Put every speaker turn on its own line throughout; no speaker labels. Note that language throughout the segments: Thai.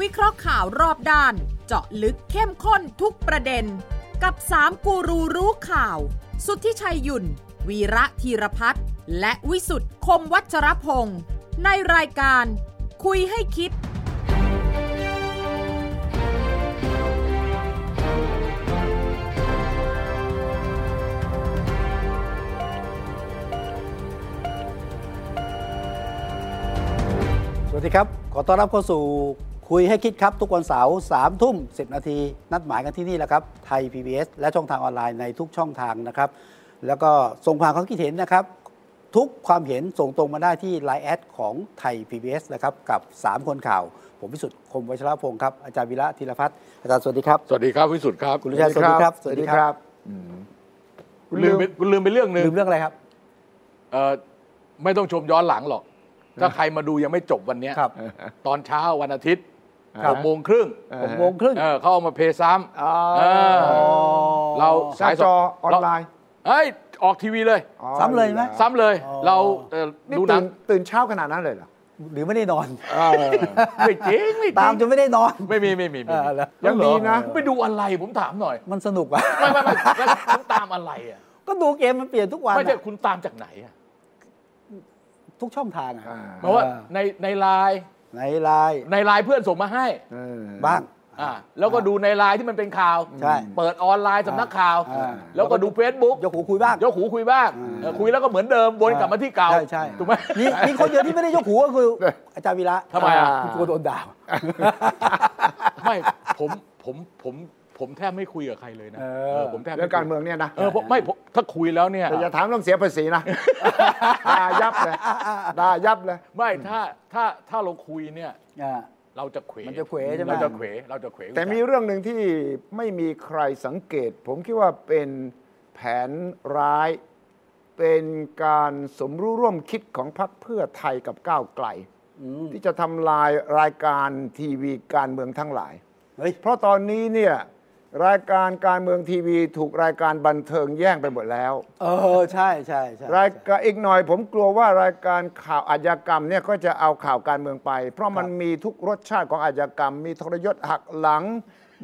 วิเคราะห์ข่าวรอบด้าน เจาะลึกเข้มข้นทุกประเด็น กับ 3 กูรูรู้ข่าว สุทธิชัยหยุ่น วีระธีรพัฒน์และวิสุทธ์คมวัชรพงศ์ในรายการ คุยให้คิด
สวัสดีครับ ขอต้อนรับเข้าสู่คุยให้คิดครับ ทุกวันเสาร์สามทุ่มสินาที นัดหมายกันที่นี่แหละครับไทย PBS และช่องทางออนไลน์ในทุกช่องทางนะครับ แล้วก็ส่งความความคิดเห็นนะครับ ทุกความเห็นส่งตรงมาได้ที่ไลน์แอดของไทย PBS นะครับกับ 3 คนข่าว ผมพิสุทธิ์คมวัชรพงศ์ครับอาจารย์วิระธีรพัฒน์อาจารย์สวัสดีครับ
สวัสดีครับวิสุทธ์ครับ
คุณลุชัยสวัสดีครับ
คุณลืมไปคุณลืมไปเรื่องหนึ่ง
ลืมเรื่องอะไรครับ
เอ่อไม่ต้องชมย้อนหลังหรอก ถ้าใครมาดูยังไม่จบวันเนี้ย
ครับ
ตอนเช้าวันอาทิตย์
ครับ
หกโมงครึ่ง
หกโมงครึ่ง
เออเขาเอามาเพย์ซ้ำ
อ๋อ
เออเรา
หน้า
สาย
จ
ด
อออนไลน์
เอ้ย ออกทีวีเลย
ซ้ำเลยไหม
ซ้ำเลย
อ๋อ
เราเอ่อ
นี่
ดูหนั
ตื่
ง
นตื่นเช้าขนาดนั้นเลยเหรอ
หรือไม่ได้นอน
ไม่จริงไม่จ
ตามจ
ริง
นไม่ได้นอน
ไม่มีไม่มีไม่
เออ
มี
แล้ว
ยังดีนะ
ไปดูอะไรผมถามหน่อย
มันสนุกอะ
ไม่ไม่ไม่แล้วคุณตามอะไรอ่ะ
ก็ดูเกมมันเปลี่ยนทุกวัน
ไม่ใช่
อะ
คุณตามจากไหนอ่ะ
ทุกช่องทางอะ
อ่า
หมายว่า
เออ
ในในไลน์
ในไลน์
ในไลน์เพื่อนส่งมาให้
เออ
บ้าง
อ่าแล้วก็ดูในไลน์ที่มันเป็นข่าว
ใช่
เปิดออนไลน์สำนักข่าว
อ่า
แล้วก็ดู Facebook
ยกหูคุยบ้าง
ยกหูคุยบ้างเออคุยแล้วก็เหมือนเดิมวนกลับมาที่เก่า
ใช่ใช่
ถูกไหม
มีมีคนเดี ยวที่ไม่ได้ยกหูก็คือ อาจารย์วีระ
ทำไมอ่ะ
กลัวโดนด่า
ไม่ผมผมผมผมแทบไม่คุยกับใครเลยนะ
เออ
เออผมแทบไคุย
เรื่องการเมืองเนี่ยนะ
เออผมไม่ผมถ้าคุยแล้วเนี่ย
แต่อย่าถามเรื่องเสียภาษีนะ ด่ายับเลยด่ายับเลย
ไม่ถ้าถ้าถ้าเราคุยเนี่ย
อ่า
เราจะเขว
มันจะเขวใช่ไหม
เราจะเขวเราจะเขว
แต่มีเรื่องหนึ่งที่ไม่มีใครสังเกต ผมคิดว่าเป็นแผนร้าย เป็นการสมรู้ร่วมคิดของพรรคเพื่อไทยกับก้าวไกล ที่จะทำลายรายการทีวีการเมืองทั้งหลาย
เฮ้ย
เพราะตอนนี้เนี่ยรายการการเมืองทีวีถูกรายการบันเทิงแย่งไปหมดแล้ว
เออ ใช่ใช่ใช่
รายการอีกหน่อยผมกลัวว่ารายการข่าวอาชญากรรมเนี่ยก็จะเอาข่าวการเมืองไป เพราะมันมีทุกรสชาติของอาชญากรรม มีทรยศหักหลัง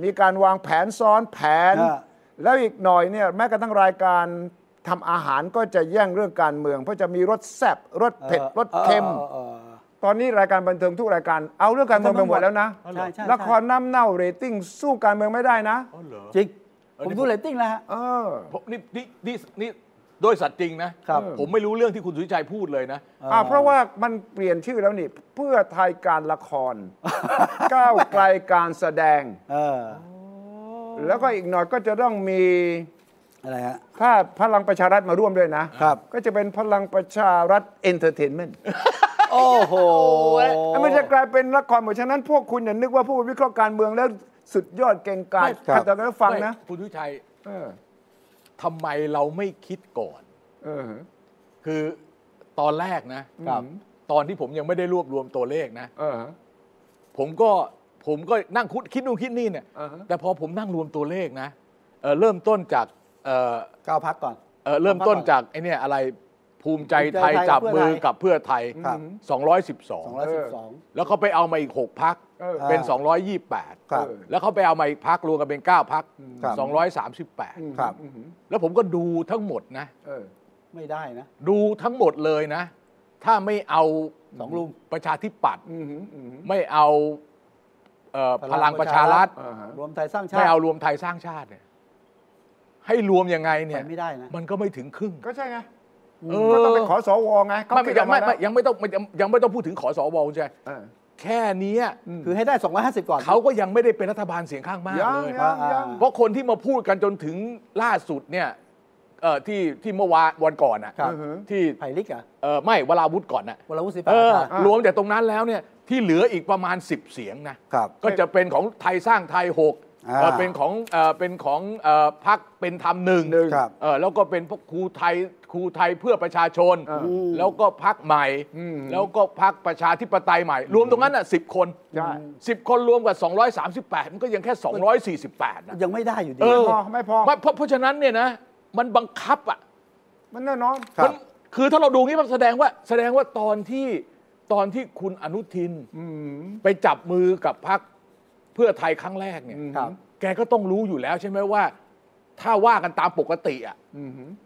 มีการวางแผนซ้อนแผน แล้วอีกหน่อยเนี่ยแม้กระทั่งรายการทำอาหารก็จะแย่งเรื่องการเมือง เพราะจะมีรสแซ่บรสเผ็ดรสเค็ม
ออออเออ
ตอนนี้รายการบันเทิงทุกรายการเอาเรื่องการเมืองไปหมดแล้วนะ
ใช่ใช่ใช่
ละครน้ำเน่าเรตติ้งสู้การเมืองไม่ได้นะ
อ๋อเหรอ
จริง
เออ
ผม
นี่ผม
ดูเรตติ้งแล้วฮะ
เออ
ผมนี่นี่นี่นี่โดยสัตว์จริงนะครับ ผมไม่รู้เรื่องที่คุณสุวิชัยพูดเลยนะ
อ่าเพราะว่ามันเปลี่ยนชื่อแล้วนี่ เพื่อไทยการละค ร ก้าวไกลการแสดง
เออ
แล้วก็อีกหน่อยก็จะต้องมี
อะไรฮะ
ถ้าพลังประชารัฐมาร่วมด้วยนะ
ครับ
ก็จะเป็นพลังประชารัฐเอนเตอร์เทนเมนต์
โอ้โห
มันจะกลายเป็นละครหมดฉะนั้นพวกคุณอย่านึกว่าผู้วิเคราะห์การเมืองแล้วสุดยอดเก่งกาจ
ไม่
ครับ
ขัดต่อกันฟังนะ
ไม่คุณสุวิชัย
เออ
ทำไมเราไม่คิดก่อน
เออ
คือตอนแรกนะ
ครับ
ตอนที่ผมยังไม่ได้รวบรวมตัวเลขนะ
เออ
ผมก็ผมก็นั่งคุดคิดนู่นคิดนี่เนี่ย
อ่าฮะ
แต่พอผมนั่งรวมตัวเลขนะเอ่อเริ่มต้นจากเอ่อ
ก้าวพักก่อน
เอ่อเริ่มต้นจากไอ้เนี่ยอะไรภูมิใจไทย
ภูมิใจไทย
จับมือ
เพื่อไทย
กับเพื่อไทย
ครับ
212
212
แล้วเขาไปเอามาอีก 6 พัก
เออ
เป็น
ครับ
228 แล้วเขาไปเอามาอีกพักรวมกันเป็น 9 พัก
ครับ
238
ครับ
แล้วผมก็ดูทั้งหมดนะ
เออ
ไม่ได้นะ
ดูทั้งหมดเลยนะ ถ้าไม่เอา
สองลุง
ประชาธิปัตย์
อืมอืมอืม
ไม่เอาเอ่อพลังประชารัฐ
อ่าฮะ
รวมไทยสร้างชาติ
ไม่เอารวมไทยสร้างชาติเนี่ยให้รวมยังไงเนี่ย
ไปไม่ได้นะ
มันก็ไม่ถึงครึ่ง
ก็ใช่ไง
เอ
ก็
อ
ต้องไปขอสวไงเขา
ไม่ไม่
คิดอ
ยั
อง ก
ไม่
มาแล้ว
ไม่ยังไม่ต้องไม่ยังยังไม่ต้องพูดถึงขอสวใช่ไหม
เออ
แค่เนี้ย
คือให้ได้ 250 ก่อน
เขาก็ยังไม่ได้เป็นรัฐบาลเสียงข้างมากเลย
อ่าอ่า
เพราะคนที่มาพูดกันจนถึงล่าสุดเนี่ยเอ่อที่ที่เมื่อวานวันก่อนอ่ะ
ครับ
ที่
ไผ่ลิกเหรอ่ะ
เอ่อไม่วราวุธก่อนน่ะ
วรวุฒิศิลปะ
เออ
อาชาร
รวมจากตรงนั้นแล้วเนี่ยที่เหลืออีกประมาณ 10 เสียงนะครับ ก็จะเป็นของไทยสร้างไทย6
อ่า
เป็นของเอ่อเป็นของเอ่อพักเป็นธรรมหนึ่ง
หนึ่ง
ครับ
เอ่อแล้วก็เป็นพวกครูไทยครูไทยเพื่อประชาชน
อ่า
แล้วก็พักใหม่ แล้วก็พักประชาธิปไตยใหม่ รวมตรงนั้นอ่ะสิคน
ใช่
สิบคนรวมกับ 238 มันก็ยังแค่ 248นะ
ยังไม่ได้อยู่ดี
เออ
พอไม่พอ
ไม่เพราะเพราะฉะนั้นเนี่ยนะมันบังคับอ่ะ
มันแน่นอน
ครับ
มันคือถ้าเราดูงี้มันแสดงว่าแสดงว่าตอนที่ตอนที่คุณอนุทินไปจับมือกับพรรค เพื่อไทยครั้งแรกเนี่ย
ครับ
แกก็ต้องรู้อยู่แล้วใช่ไหมว่า ถ้าว่ากันตามปกติอ่ะ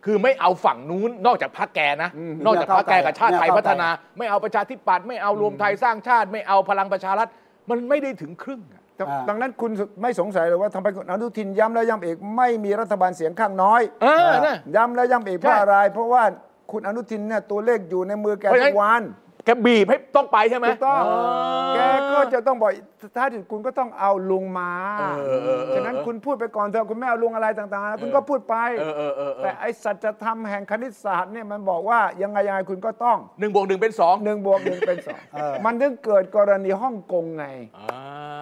คือไม่เอาฝั่งนู้นนอกจากพรรคแกนะ
อืม
นอกจากพรรคแกกับชาติไทย
เนี่ย
พั
เข้าใจ
ฒนา ไม่เอาประชาธิปัตย์ไม่เอารวมไทยสร้างชาติ ไม่เอาพลังประชารัฐมันไม่ได้ถึงครึ่งอะ
ดัง
อ่า
ดังนั้นคุณไม่สงสัยเลยว่าทำไมคุณอนุทินย้ำแล้วย้ำอีกไม่มีรัฐบาลเสียงข้างน้อย
เออน่ะ
ย้ำแล้วย้ำอีก
ใช่
เพราะอะไร เพราะว่าคุณอนุทินเนี่ยตัวเลขอยู่ในมือแก
เพราะฉะนั้น
ทุกวัน
แกบีบให้ต้องไปใช่ไหม
ถูกต้อง
อ๋อ
แกก็จะต้องบอกถ้าที่คุณก็ต้องเอาลุงมา
เออเออเออ
ฉะนั้นคุณพูดไปก่อนเถอะคุณไม่เอาลุงอะไรต่างๆนะคุณก็พูดไป
เออเออเออเออ
แต่ไอ้สัจธรรมแห่งคณิตศาสตร์เนี่ยมันบอกว่ายังไงยังไงคุณก็ต้อง
หนึ่งบวกหนึ่งเป็นสอง
หนึ่งบวกหนึ่งเป็นสอง
เออ
มันถึงเกิดกรณีฮ่องกงไง
อ่า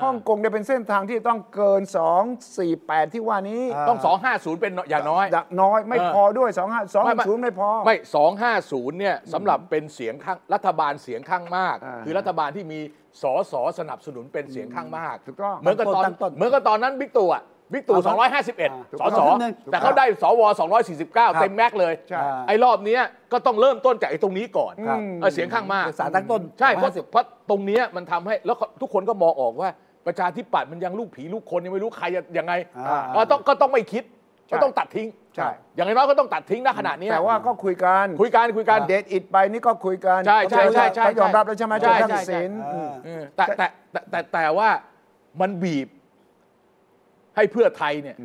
ฮ่องกงเนี่ยเป็นเส้นทางที่ต้องเกิน 2 4 8 ที่ว่านี้
อ่า
ต้องสองห้าศูนย์เป็นอย่างน้อย
จะน้อยไม่
เออ
พอด้วย 2 5 2 0ไม่พอ
ไม่สองห้าศูนย์เนี่ยสำหรับเป็นเสียงข้างรัฐบาลเสียงข้างมาก
อ่า
คือรัฐบาลที่มีสอสอสนับสนุนเป็นเสียงข้างมาก
ถูกต้อง
เหมือนกับตอน
ตั้งต้น
เหมือนกับตอนนั้นบิ๊กตู่อะบิ๊กตู่
อ่าถู
251
ก
ส
ต้
อ
อง
สอ
นิดนึง
แต่เขาได้สว249 เต็มแม็กซ์เลย
ใช่
ไอ้รอบเนี้ยก็ต้องเริ่มต้นจากไอ้ตรงนี้ก่อน
ครับ
เออเสียงข้างมาก
เป็นสารตั้งต้น
ใช่เพราะ
150
เพราะตรงเนี้ยมันทำให้แล้วก็ทุกคนก็มองออกว่าประชาธิปัตย์มันยังลูกผีลูกคนยังไม่รู้ใครจะยังไง
อ่า
เออต้องก็ต้องไม่คิดก็ต้องตัดทิ้ง
ใช่
อย่างน้อยก็ต้องตัดทิ้งนะขณะเนี้ย
แต่ว่าก็คุยกัน
คุยกันคุยกัน
เดทอิดไปนี่ก็คุยกัน
ใช่ใช่ใช่ใช่
เขายอมรับแล้วใช่ไหม
ใช่
เจ้าทัก
ใช่
ษิณ
เอ
อืม
อ
เออแต่แต่แตแต่แต่แต่ว่ามันบีบให้เพื่อไทยเนี่ย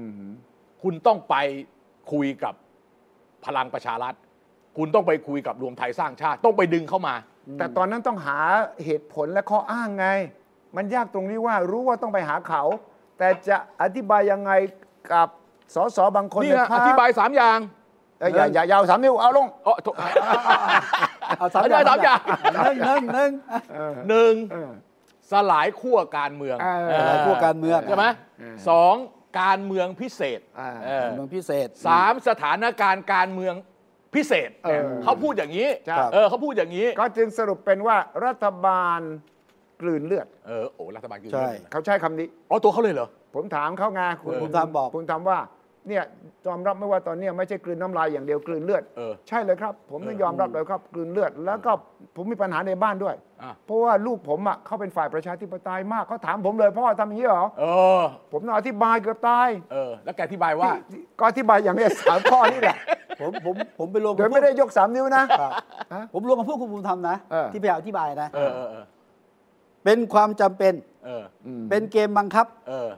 คุณต้องไปคุยกับพลังประชารัฐ คุณต้องไปคุยกับรวมไทยสร้างชาติ ต้องไปดึงเข้ามา
แต่ตอนนั้นต้องหาเหตุผลและข้ออ้างไง มันยากตรงนี้ว่ารู้ว่าต้องไปหาเขา แต่จะอธิบายยังไงกับสสบางคน
นี่
ใน
ฮะ
พร
อ
รค
ธิบายสามอย่าง
เอ้ยอย่าอย่ายาวสามนิ้วเอาลง
เออโถ
เอาสาม
อ
อ
ธิบา
ย่าย ง
สามอย่าง
หนึ่งหนึ่งหนึ่ง
หนึ่ง
เออ
สลายขั้วการเมือง
เออ
เอ
ห
อ
ลายพวกการเมือง
ใช่ไหมสองการเมืองพิเศษ
อ่า
เออ
เมืองพิเศษ
สามสถานการณ์การเมืองพิเศษ
เออ
เขาพูดอย่างนี้
ใช่
เออเขาพูดอย่างนี้
ก็จึงสรุปเป็นว่ารัฐบาลกลืนเลือด
เออโอ้รัฐบาลกิน
ใช่
เงินเหรอ
เขาใช้คำนี้
อ๋อตัวเขาเลยเหรอ
ผมถามเขาไงคุณ
คุณธรรมบอก
คุณทำว่าเนี่ยยอมรับไหม่ว่าตอนเนี้ยไม่ใช่กลืนน้ำลายอย่างเดียวกลืนเลือด
เออ
ใช่เลยครับ ผมต้องยอมรับเลยครับกลืนเลือด แล้วก็ผมมีปัญหาในบ้านด้วย
อ่ะ
เพราะว่าลูกผมอ่ะเขาเป็นฝ่ายประชาธิปไตยมากเขาถามผมเลยพ่อทำอย่างนี้เหรอ
เออ
ผมต้องอธิบายเกือบตาย
เออ แล้วแกอธิบายว่า
ที่ก็อธิบายอย่างเนี้ยสามข้อนี่แหละ
ผมผมผมไปรวม
โด
กับ
ยไม่ได้ยกสามนิ้วนะ
ครับ
ฮะ
ผมรวมกับพวกคุณภูมิธรรมนะ
เออ
ที่พยายามอธิบายนะ
เออเออเออ
เป็นความจำเป็น
เออ
เป็นเกมบังคับ
เออ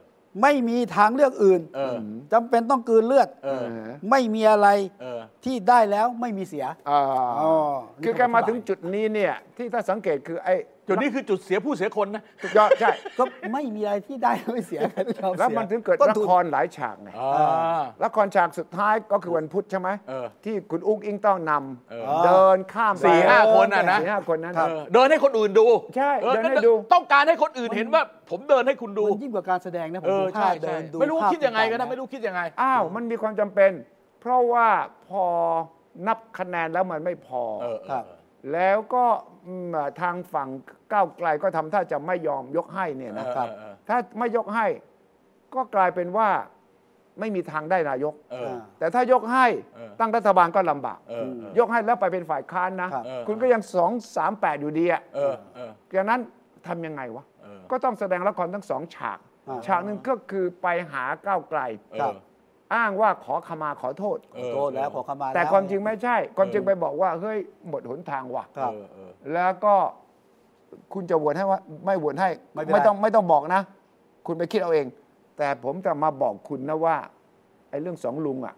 ไม่มีทางเลือกอื่น
เออ
จำเป็นต้องกลืนเลือด
เออ
ไม่มีอะไร
เออ
ที่ได้แล้วไม่มีเสีย
อ่า
อ๋อ
คือแกมาถึงจุดนี้เนี่ยที่ถ้าสังเกตคือไอ้
จุดนี้คือจุดเสียผู้เสียคนนะ
สุดยอดใช่
ก็ไม่มีอะไรที่ได้แล้วไม่เสียกันทุกอย่าง
แล้ว
สีย
มันถึงเกิด
ต้น
ละ
ทุน
ครหลายฉากไง
อ่า
ละครฉากสุดท้ายก็คือวันพุธใช่ไหม
เออ
ที่คุณอุ้งอิงต้องน
เออ
ำเดินข้ามไป
สี่ห้าคนน่ะนะ
สี่ห้าคนนั้น
เออเดินให้คนอื่นดู
ใช่
ออ
เดินให้ดู
ต้องการให้คนอื่นเห็นว่า ผมเดินให้คุณดู
มันยิ่งกว่าการแสดงนะ ผ
เอ
ม
อ
ดู
ใช่
ภาพ
ใช่
เดินดู
ไม่รู้
ภาพ
คิดยังไงก็
ต่า
ได้
ๆ
ไม่รู้คิดยังไง
อ้าวมันมีความจำเป็น เพราะว่าพอนับคะแนนแล้วมันไม่พอ
เออเออ
ครับ
แล้วก็อืมทางฝั่งก้าวไกลก็ทำท่าจะไม่ยอมยกให้เนี่ยนะ
เออ
ครับ
เออ
ถ้าไม่ยกให้ ก็กลายเป็นว่าไม่มีทางได้นายก
เออ
า
แต่ถ้ายกให้
เออ
ตั้งรัฐบาลก็ลำบาก
เออเออย
กให้แล้วไปเป็นฝ่ายค้านนะ
ครับ
คุณก็ยังสองสามแปดอยู่ดีอ่ะ
เออเออ
ดังนั้นทำยังไงวะ
เออ
ก็ต้องแสดงละครทั้งสองฉาก
อ่า
ฉากหนึ่งก็คือไปหาก้าวไกล
เออ
ครับ
อ้างว่าขอขมาขอโทษ
ขอโทษแล้วขอขมา
แต่
ล้ว
ความจริงไม่ใช่ ความจริงไปบอกว่า เฮ้ย หมดหนทางว่ะ
ครับ
เออเออ
แล้วก็คุณจะโหวตให้ว่า ไม่โหวตให้
ไม่เป็นไร
ต้องไม่ต้องบอกนะ คุณไปคิดเอาเอง แต่ผมจะมาบอกคุณนะว่าไอ้เรื่องสองลุงอ่ะ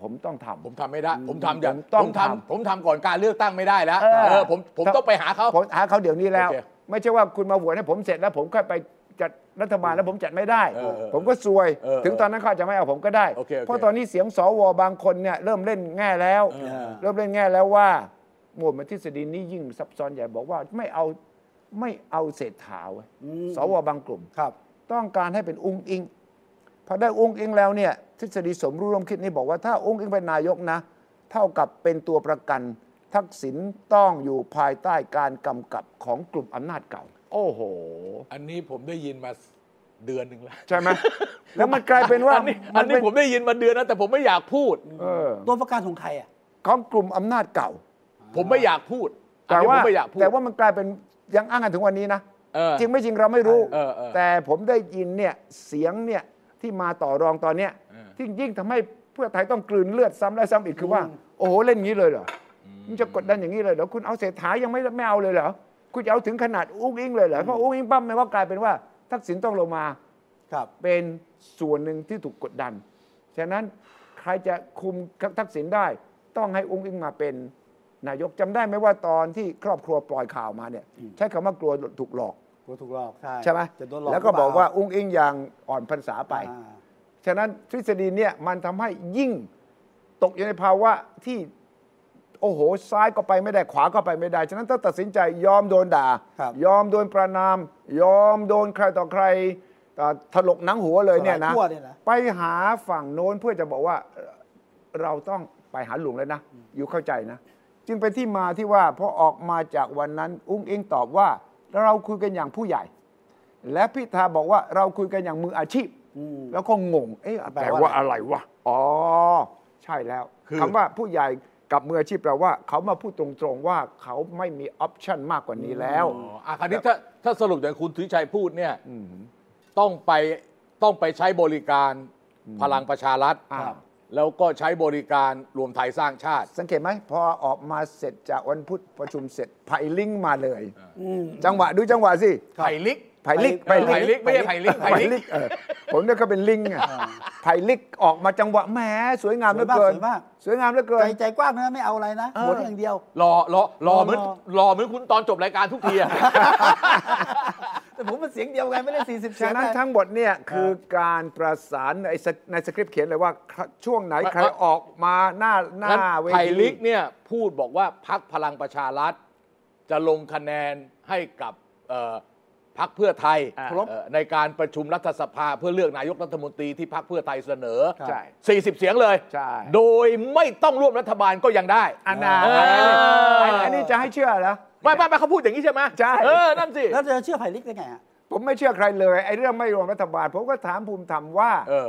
ผมต้องทำ
ผมทำไม่ได้ ผมทำอย่าง
ผมต้อง
ผม
ทำ
ทำผมทำก่อนการเลือกตั้งไม่ได้แล้ว
เออ
เออผมผมต้องไปหาเขา
ผมหาเขาเดี๋ยวนี้แล้ว
โอเค
ไม่ใช่ว่าคุณมาโหวตให้ผมเสร็จแล้วผมค่อยไปจัดรัฐบาลแล้วผมจัดไม่ได้
เออเออ
ผมก็ซวย
เออเออ
ถึงตอนนั้นเขาอาจจะไม่เอาผมก็ได้
โอเคโอเค
เพราะตอนนี้เสียงสวบางคนเนี่ยเริ่มเล่นแง่แล้ว
เออ
เริ่มเล่นแง่แล้วว่าหมวดมทฤษฎีนี้ยิ่งซับซ้อนใหญ่บอกว่าไม่เอาไม่เอาเศรษฐาเว้ยสวบางกลุ่ม
ครับ
ต้องการให้เป็นองค์อิงพอได้องค์อิงแล้วเนี่ยทฤษฎีสมรู้ร่วมคิดนี่บอกว่าถ้าองค์อิงเป็นนายกนะ เท่ากับเป็นตัวประกัน ทักษิณต้องอยู่ภายใต้การกำกับของกลุ่มอำนาจเก่า โอ้โห
อันนี้ผมได้ยินมาเดือนหนึ่งแล้ว
ใช่ไหม แล้วมันกลายเป็นว่า
อันนี้อันนี้
เป็
ผมได้ยินมาเดือนนะแต่ผมไม่อยากพูด
เออ
ตัวประกันของใครอ่ะ
ของกลุ่มอำนาจเก่า
ผมไม่อยากพูดอัน
แต่
นี้ผ
ว่าม
ไม่อยากพูด
แต่ว่ามันกลายเป็นยังอ้างกันถึงวันนี้นะ
เอ เออ
จริงไม่จริงเราไม่รู้
เออเออ
แต่ผมได้ยินเนี่ยเสียงเนี่ยที่มาต่อรองตอนเนี้ย
เออ
ที่ยิ่งทำให้เพื่อไทยต้องกลืนเลือดซ้ำและซ้ำอีกคือว่า โอ้โหเล่นงี้เลยเหรอมันจะกดดันอย่างนี้เลยเหรอคุณเอาเศรษฐายังไม่ไม่เอาเลยเหรอคุณจะเอาถึงขนาดอุ้งอิงเลยเหรอเพราะอุ้งอิงปั้มไม่ว่ากลายเป็นว่า ทักษิณต้องลงมา
ครับ
เป็นส่วนหนึ่งที่ถูกกดดัน ฉะนั้นใครจะคุมทักษิณได้ ต้องให้องค์อิงมาเป็นนายกจำได้ไหมว่าตอนที่ครอบครัวปล่อยข่าวมาเนี่ย
อืม
ใช้คำว่ากลัวถูกหลอก
กลัวถูกหลอกใช่
ใช่ไหม
จะโดนหลอก
แล้วก็บอก
หรืเป
ว่าองค์อิงอย่างอ่อนพรรษาไป
อ่า
ฉะนั้นทฤษฎีเนี่ยมันทำให้ยิ่งตกอยู่ในภาวะที่ โอ้โห ซ้ายก็ไปไม่ได้ขวาก็ไปไม่ได้ ฉะนั้นถ้าตัดสินใจยอมโดนด่า
ครับ
ยอมโดนประนาม ยอมโดนใครต่อใครเอ่อถลกหนังหัวเลยเนี่ย
สลา
นะ
ขั้วเนี่ยนะ
ไปหาฝั่งโน้นเพื่อจะบอกว่าเอ่อเราต้องไปหาลุงแล้วนะ อยู่เข้าใจนะ จึงเป็นที่มาที่ว่าพอออกมาจากวันนั้น อุ้งเองตอบว่า เราคุยกันอย่างผู้ใหญ่ และพิธาบอกว่าเราคุยกันอย่างมืออาชีพ
อืม
แล้วก็งง เอ๊ะ
แปล
แปล
ว่า
ว่าอะไรวะ อ๋อ ใช่แล้ว
คือ
คำว่าผู้ใหญ่กับมืออาชีพแปลว่า เขามาพูดตรงๆว่าเขาไม่มีออปชันมากกว่านี้แล้ว
อ๋ออ่ะคราวนี้ถ้าถ้าสรุปอย่างคุณถุยชัยพูดเนี่ยต้องไปต้องไปใช้บริการพลังประชารัฐ
อ่า
แล้วก็ใช้บริการรวมไทยสร้างชาติ
สังเกตไหมพอออกมาเสร็จจากวันพุธประชุมเสร็จไผ่ลิงก์มาเลย
อืม
จังหวะดูจังหวะสิ
ไผ่ลิก
ไผ่ลิก
ไผ่ลิกไม่ใช่ไผ่ลิงก์ไผ่
ไผ่
ลิงก์
ลิกเออผมเนี่ยก็เป็นลิงอะไผ่ลิกออกมาจังหวะแหมสวยงามเหลือเกิน
สวยมาก
สวยงามเหลือเกิ
ใจ
น
ใจกว้างนะไม่เอาอะไรนะ
เออ
โหวตอย่างเดียว
รอรอรอเหมือน
รอ
รอเหมือนคุณตอนจบรายการทุกทีอะ
แต่ผมมันเสียงเดียวไงไม่ได้40เสีย
ฉะ
ง
นั้น
ไง
ทั้งหมดเนี่ยคือการประสานในสในสคริปต์เขียนเลยว่าช่วงไหน
ไม่
ใครออกมาหน้าหน้า
งั้น
เว
ไผ่
ที
ลิกเนี่ยพูดบอกว่าพักพลังประชารัฐ จะลงคะแนนให้กับเอ่อพักเพื่อไทย
อ่า
ครบเอ่อในการประชุมรัฐสภาเพื่อเลือกนายกรัฐมนตรีที่พักเพื่อไทยเสนอ
ครับ
ใช่
40 เสียงเลย
ใช่
โดยไม่ต้องร่วมรัฐบาลก็ยังได้
อันน่ะ
เออ
อันนี้อันนี้จะให้เชื่อแล้ว
ไม่ไม่ไม่เขาพูดอย่างนี้ใช่ไหม
ใช่
เออ นั่นสิ
แล้วจะเชื่อไผ่ลิกได้ไงอะ
ผมไม่เชื่อใครเลยไอ้เรื่องไม่รวมรัฐบาล ผมก็ถามภูมิธรรมว่า
เออ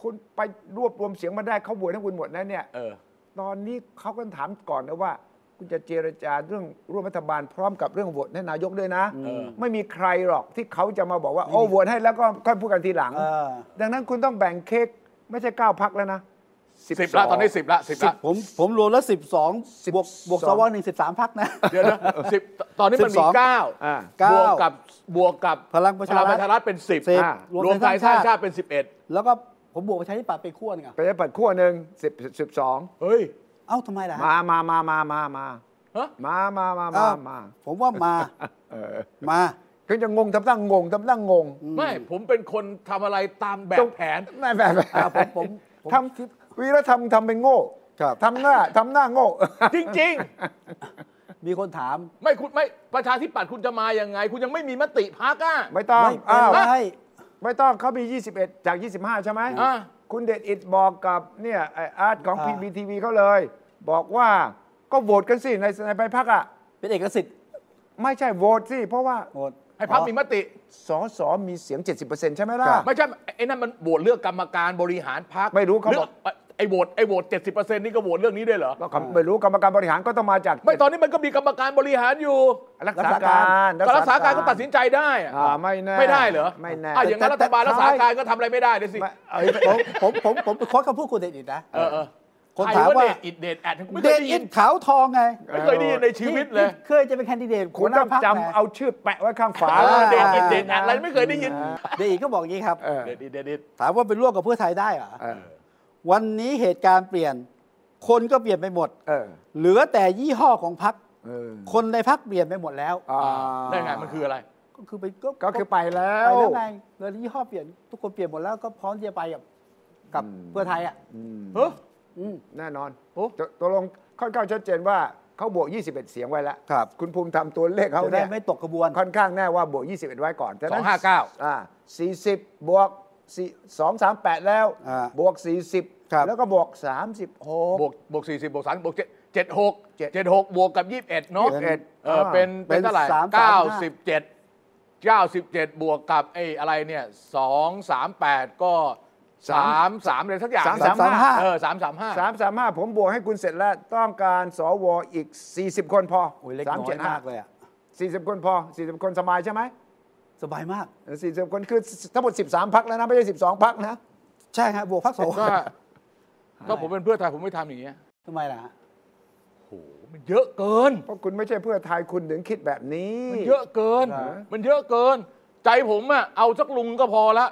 คุณไปรวบรวมเสียงมาได้เขาบวยให้คุณหมดนะเนี่ย
เออ
ตอนนี้เขาก็ถามก่อนนะว่า คุณจะเจรจาเรื่องร่วมรัฐบาลพร้อมกับเรื่องโหวตให้นายกด้วยนะ
เออ
ไม่มีใครหรอกที่เขาจะมาบอกว่า โอ้โหวตให้แล้วก็ค่อยพูดกันทีหลัง
เออ
ดังนั้นคุณต้องแบ่งเค้กไม่ใช่เก้าพักแล้วนะ
สิบละตอนนี้สิบละสิบละ
ผมผมรวมแล้ว 12 บวกบวกสวหนึ่งสิบสามพักนะ
เดี๋ยวนะสิบตอนนี้มันมี
12
เก้า
อ่า
เก้า
บวกกับบวกกับ
พลังประชารัฐ
ฐเป็นสิบ
สิบ
อ่ะ
รวม
รวมไทย
ไทยส
สร้า
ร้าง ง
ชา
ชาติ
ติเป็นสิบเอ็ด
แล้วก็ผมบวกประชาธิปัตย์ไปขั้วหนึงอะ
ประชาธิปัตย์ขั้วหนึ่งสิบสิบสอง
เฮ้ย
เอ้าทำไมล่ะฮะ
มามามามามามา
ฮะ
มามามา
เอ้
มามา
ผมว่ามา
เออ
มา
คือจะงงทำตั้งงงทำตั้งงง
ไม่ผมเป็นคนทำอะไรตามแบบแผน
ไม่แบบ
อ่ะผมผมผม
ทำวีรธรรมทำเป็นโง่
ครับ
ทำหน้าทำหน้าโง่
จริง
มีคนถาม
ๆ ไม่คุณไม่ประชาธิปัตย์คุณจะมายังไง คุณยังไม่มีมติพักอ่ะ
ไม่ต้อง
ไม่เป็น
อ้าว
ไร
ไม่ต้องเขามี 21 จาก 25 ใช่ไหม
อ่า
คุณเดชอิดบอกกับเนี่ยไอ้อาร์ตของ
อ่า
PBTV เขาเลย บอกว่าก็โหวตกันสิ ในในไปพักอ่ะ
เป็นเอกสิทธิ์
ไม่ใช่โหวตสิ เพราะว่า
หมด
ให้พักมีมติ
สอสอมีเสียง 70%ใช่ไหมล่ะ
ครับ
ไม่ใช่ไอ้นั่นมันโหวตเลือกกรรมการบริหารพัก
ไม่รู้เขาบอก
ไอ้โหวตไอ้โหวตเจ็ดสิบเปอร์เซ็นต์นี่ก็โหวตเรื่องนี้ด้วยเหรอ
ก็ไม่รู้กรรมการบริหารก็ต้องมาจาก
ไม่ตอนนี้มันก็มีกรรมการบริหารอยู่
รักษาการ
ก็รักษาการก็ตัดสินใจได้อะ
อ่าไม่แน่
ไม่ได้เหรอ
ไม่แน่
อ่ะอย่างนั้นรัฐบาลรักษาการก็ทำอะไรไม่ได้เลยสิ
ไม่เอ้ย
เอ้ยผมผมผมผมเป็นโค้ชคำพูดคุณเดชอิดนะ
เออเออ
คน
ใร
ถามว่า
เดทอิดเดทแอดไม่
เด
เค
ช
ยได้
อิ
ยิ
ด
น
ขาวทองไง
ไม่เคยได้ยินในชีวิตเลย
ที่เคยจะเป็นแคนดิเดต
คุ
หัวห
ณต้
น้า
อง
พรรค
จำเอาชื่อแปะไว้ข้างฝา
เออเดทอิดเดทแอดอะไรไม่เคยได้ยิน
เดชอิดก็บอกอย่างนี้ครับ
เออ
เดทอิดเดทอิด
ถามว่าเป็นร่วมกับเพื่อไทยได้เหรอ
เออ
วันนี้เหตุการณ์เปลี่ยน คนก็เปลี่ยนไปหมด
เออ
เหลือแต่ยี่ห้อของพรรค
เออ
คนในพรรคเปลี่ยนไปหมดแล้ว
อ่า
ได้ไงมันคืออะไร
ก็คือไป
ก็คือไปแล้
ไป
ว
แล้วไงเลยยี่ห้อเปลี่ยน ทุกคนเปลี่ยนหมดแล้วก็พร้อมที่จะไปกับกับเพื่อไทยอ่ะ
เฮ้ย
อืม
แน่นอน
โอ้
ตตกลงค่อนข้างชัดเจนว่าเขาบวก 21 เสียงไว้แล้ว
ครับ
คุณภูมิทำตัวเลขเขา
จะได้
เนี่ย
ไม่ตกกระบวน
ค่อนข้างแน่ว่าบวก 21 ไว้ก่อนฉะ
สอ
นั้น
งห้าเก้า
อ่า40 บวก4 2 3 8 แล้ว
อ่า
บวก
ครับ
40 แล้วก็บวก
บวกบวกสี่สิบบวกสามบวกเจ็ดเจ็ดหก
เจ็ด
เจ็ดหกบวกกับยี่สิบเอ็ดเนาะ
21
เออเป็นเป็นเท่าไหร่
เป็นสามสามห้า
เก้าสิบเจ็ดเก้าสิบเจ็ดบวกกับไอ้อะไรเนี่ยสองสามแปดก็สามสามเลยสักอย่าง
สามสาม
ห้า
เออสามสามห้า
36 3 3 5 ผมบวกให้คุณเสร็จแล้วต้องการสวอีก 40 คนพอ
โอ้ยเล็ก
สาม
น้อ
เจ็
ย
ดห้าม
ากเลยอ่ะ
40 คนพอ 40 คนสบายใช่ไหม
สบายมาก
สี่สิบคนคือทั้งหมด 13 พักแล้วนะ ไม่ใช่ 12 พักนะ
ใช่ฮะบวกพักสอง
ถ้าถ้าผมเป็นเพื่อไทยผมไม่ทำอย่างเงี้ย
ทำไมล่ะฮะ
โอ้โหมันเยอะเกิน
เพราะคุณไม่ใช่เพื่อไทยคุณถึงคิดแบบนี้
มันเยอะเกิน
นะ
มันเยอะเกิน ใจผมอะเอาสักลุงก็พอละ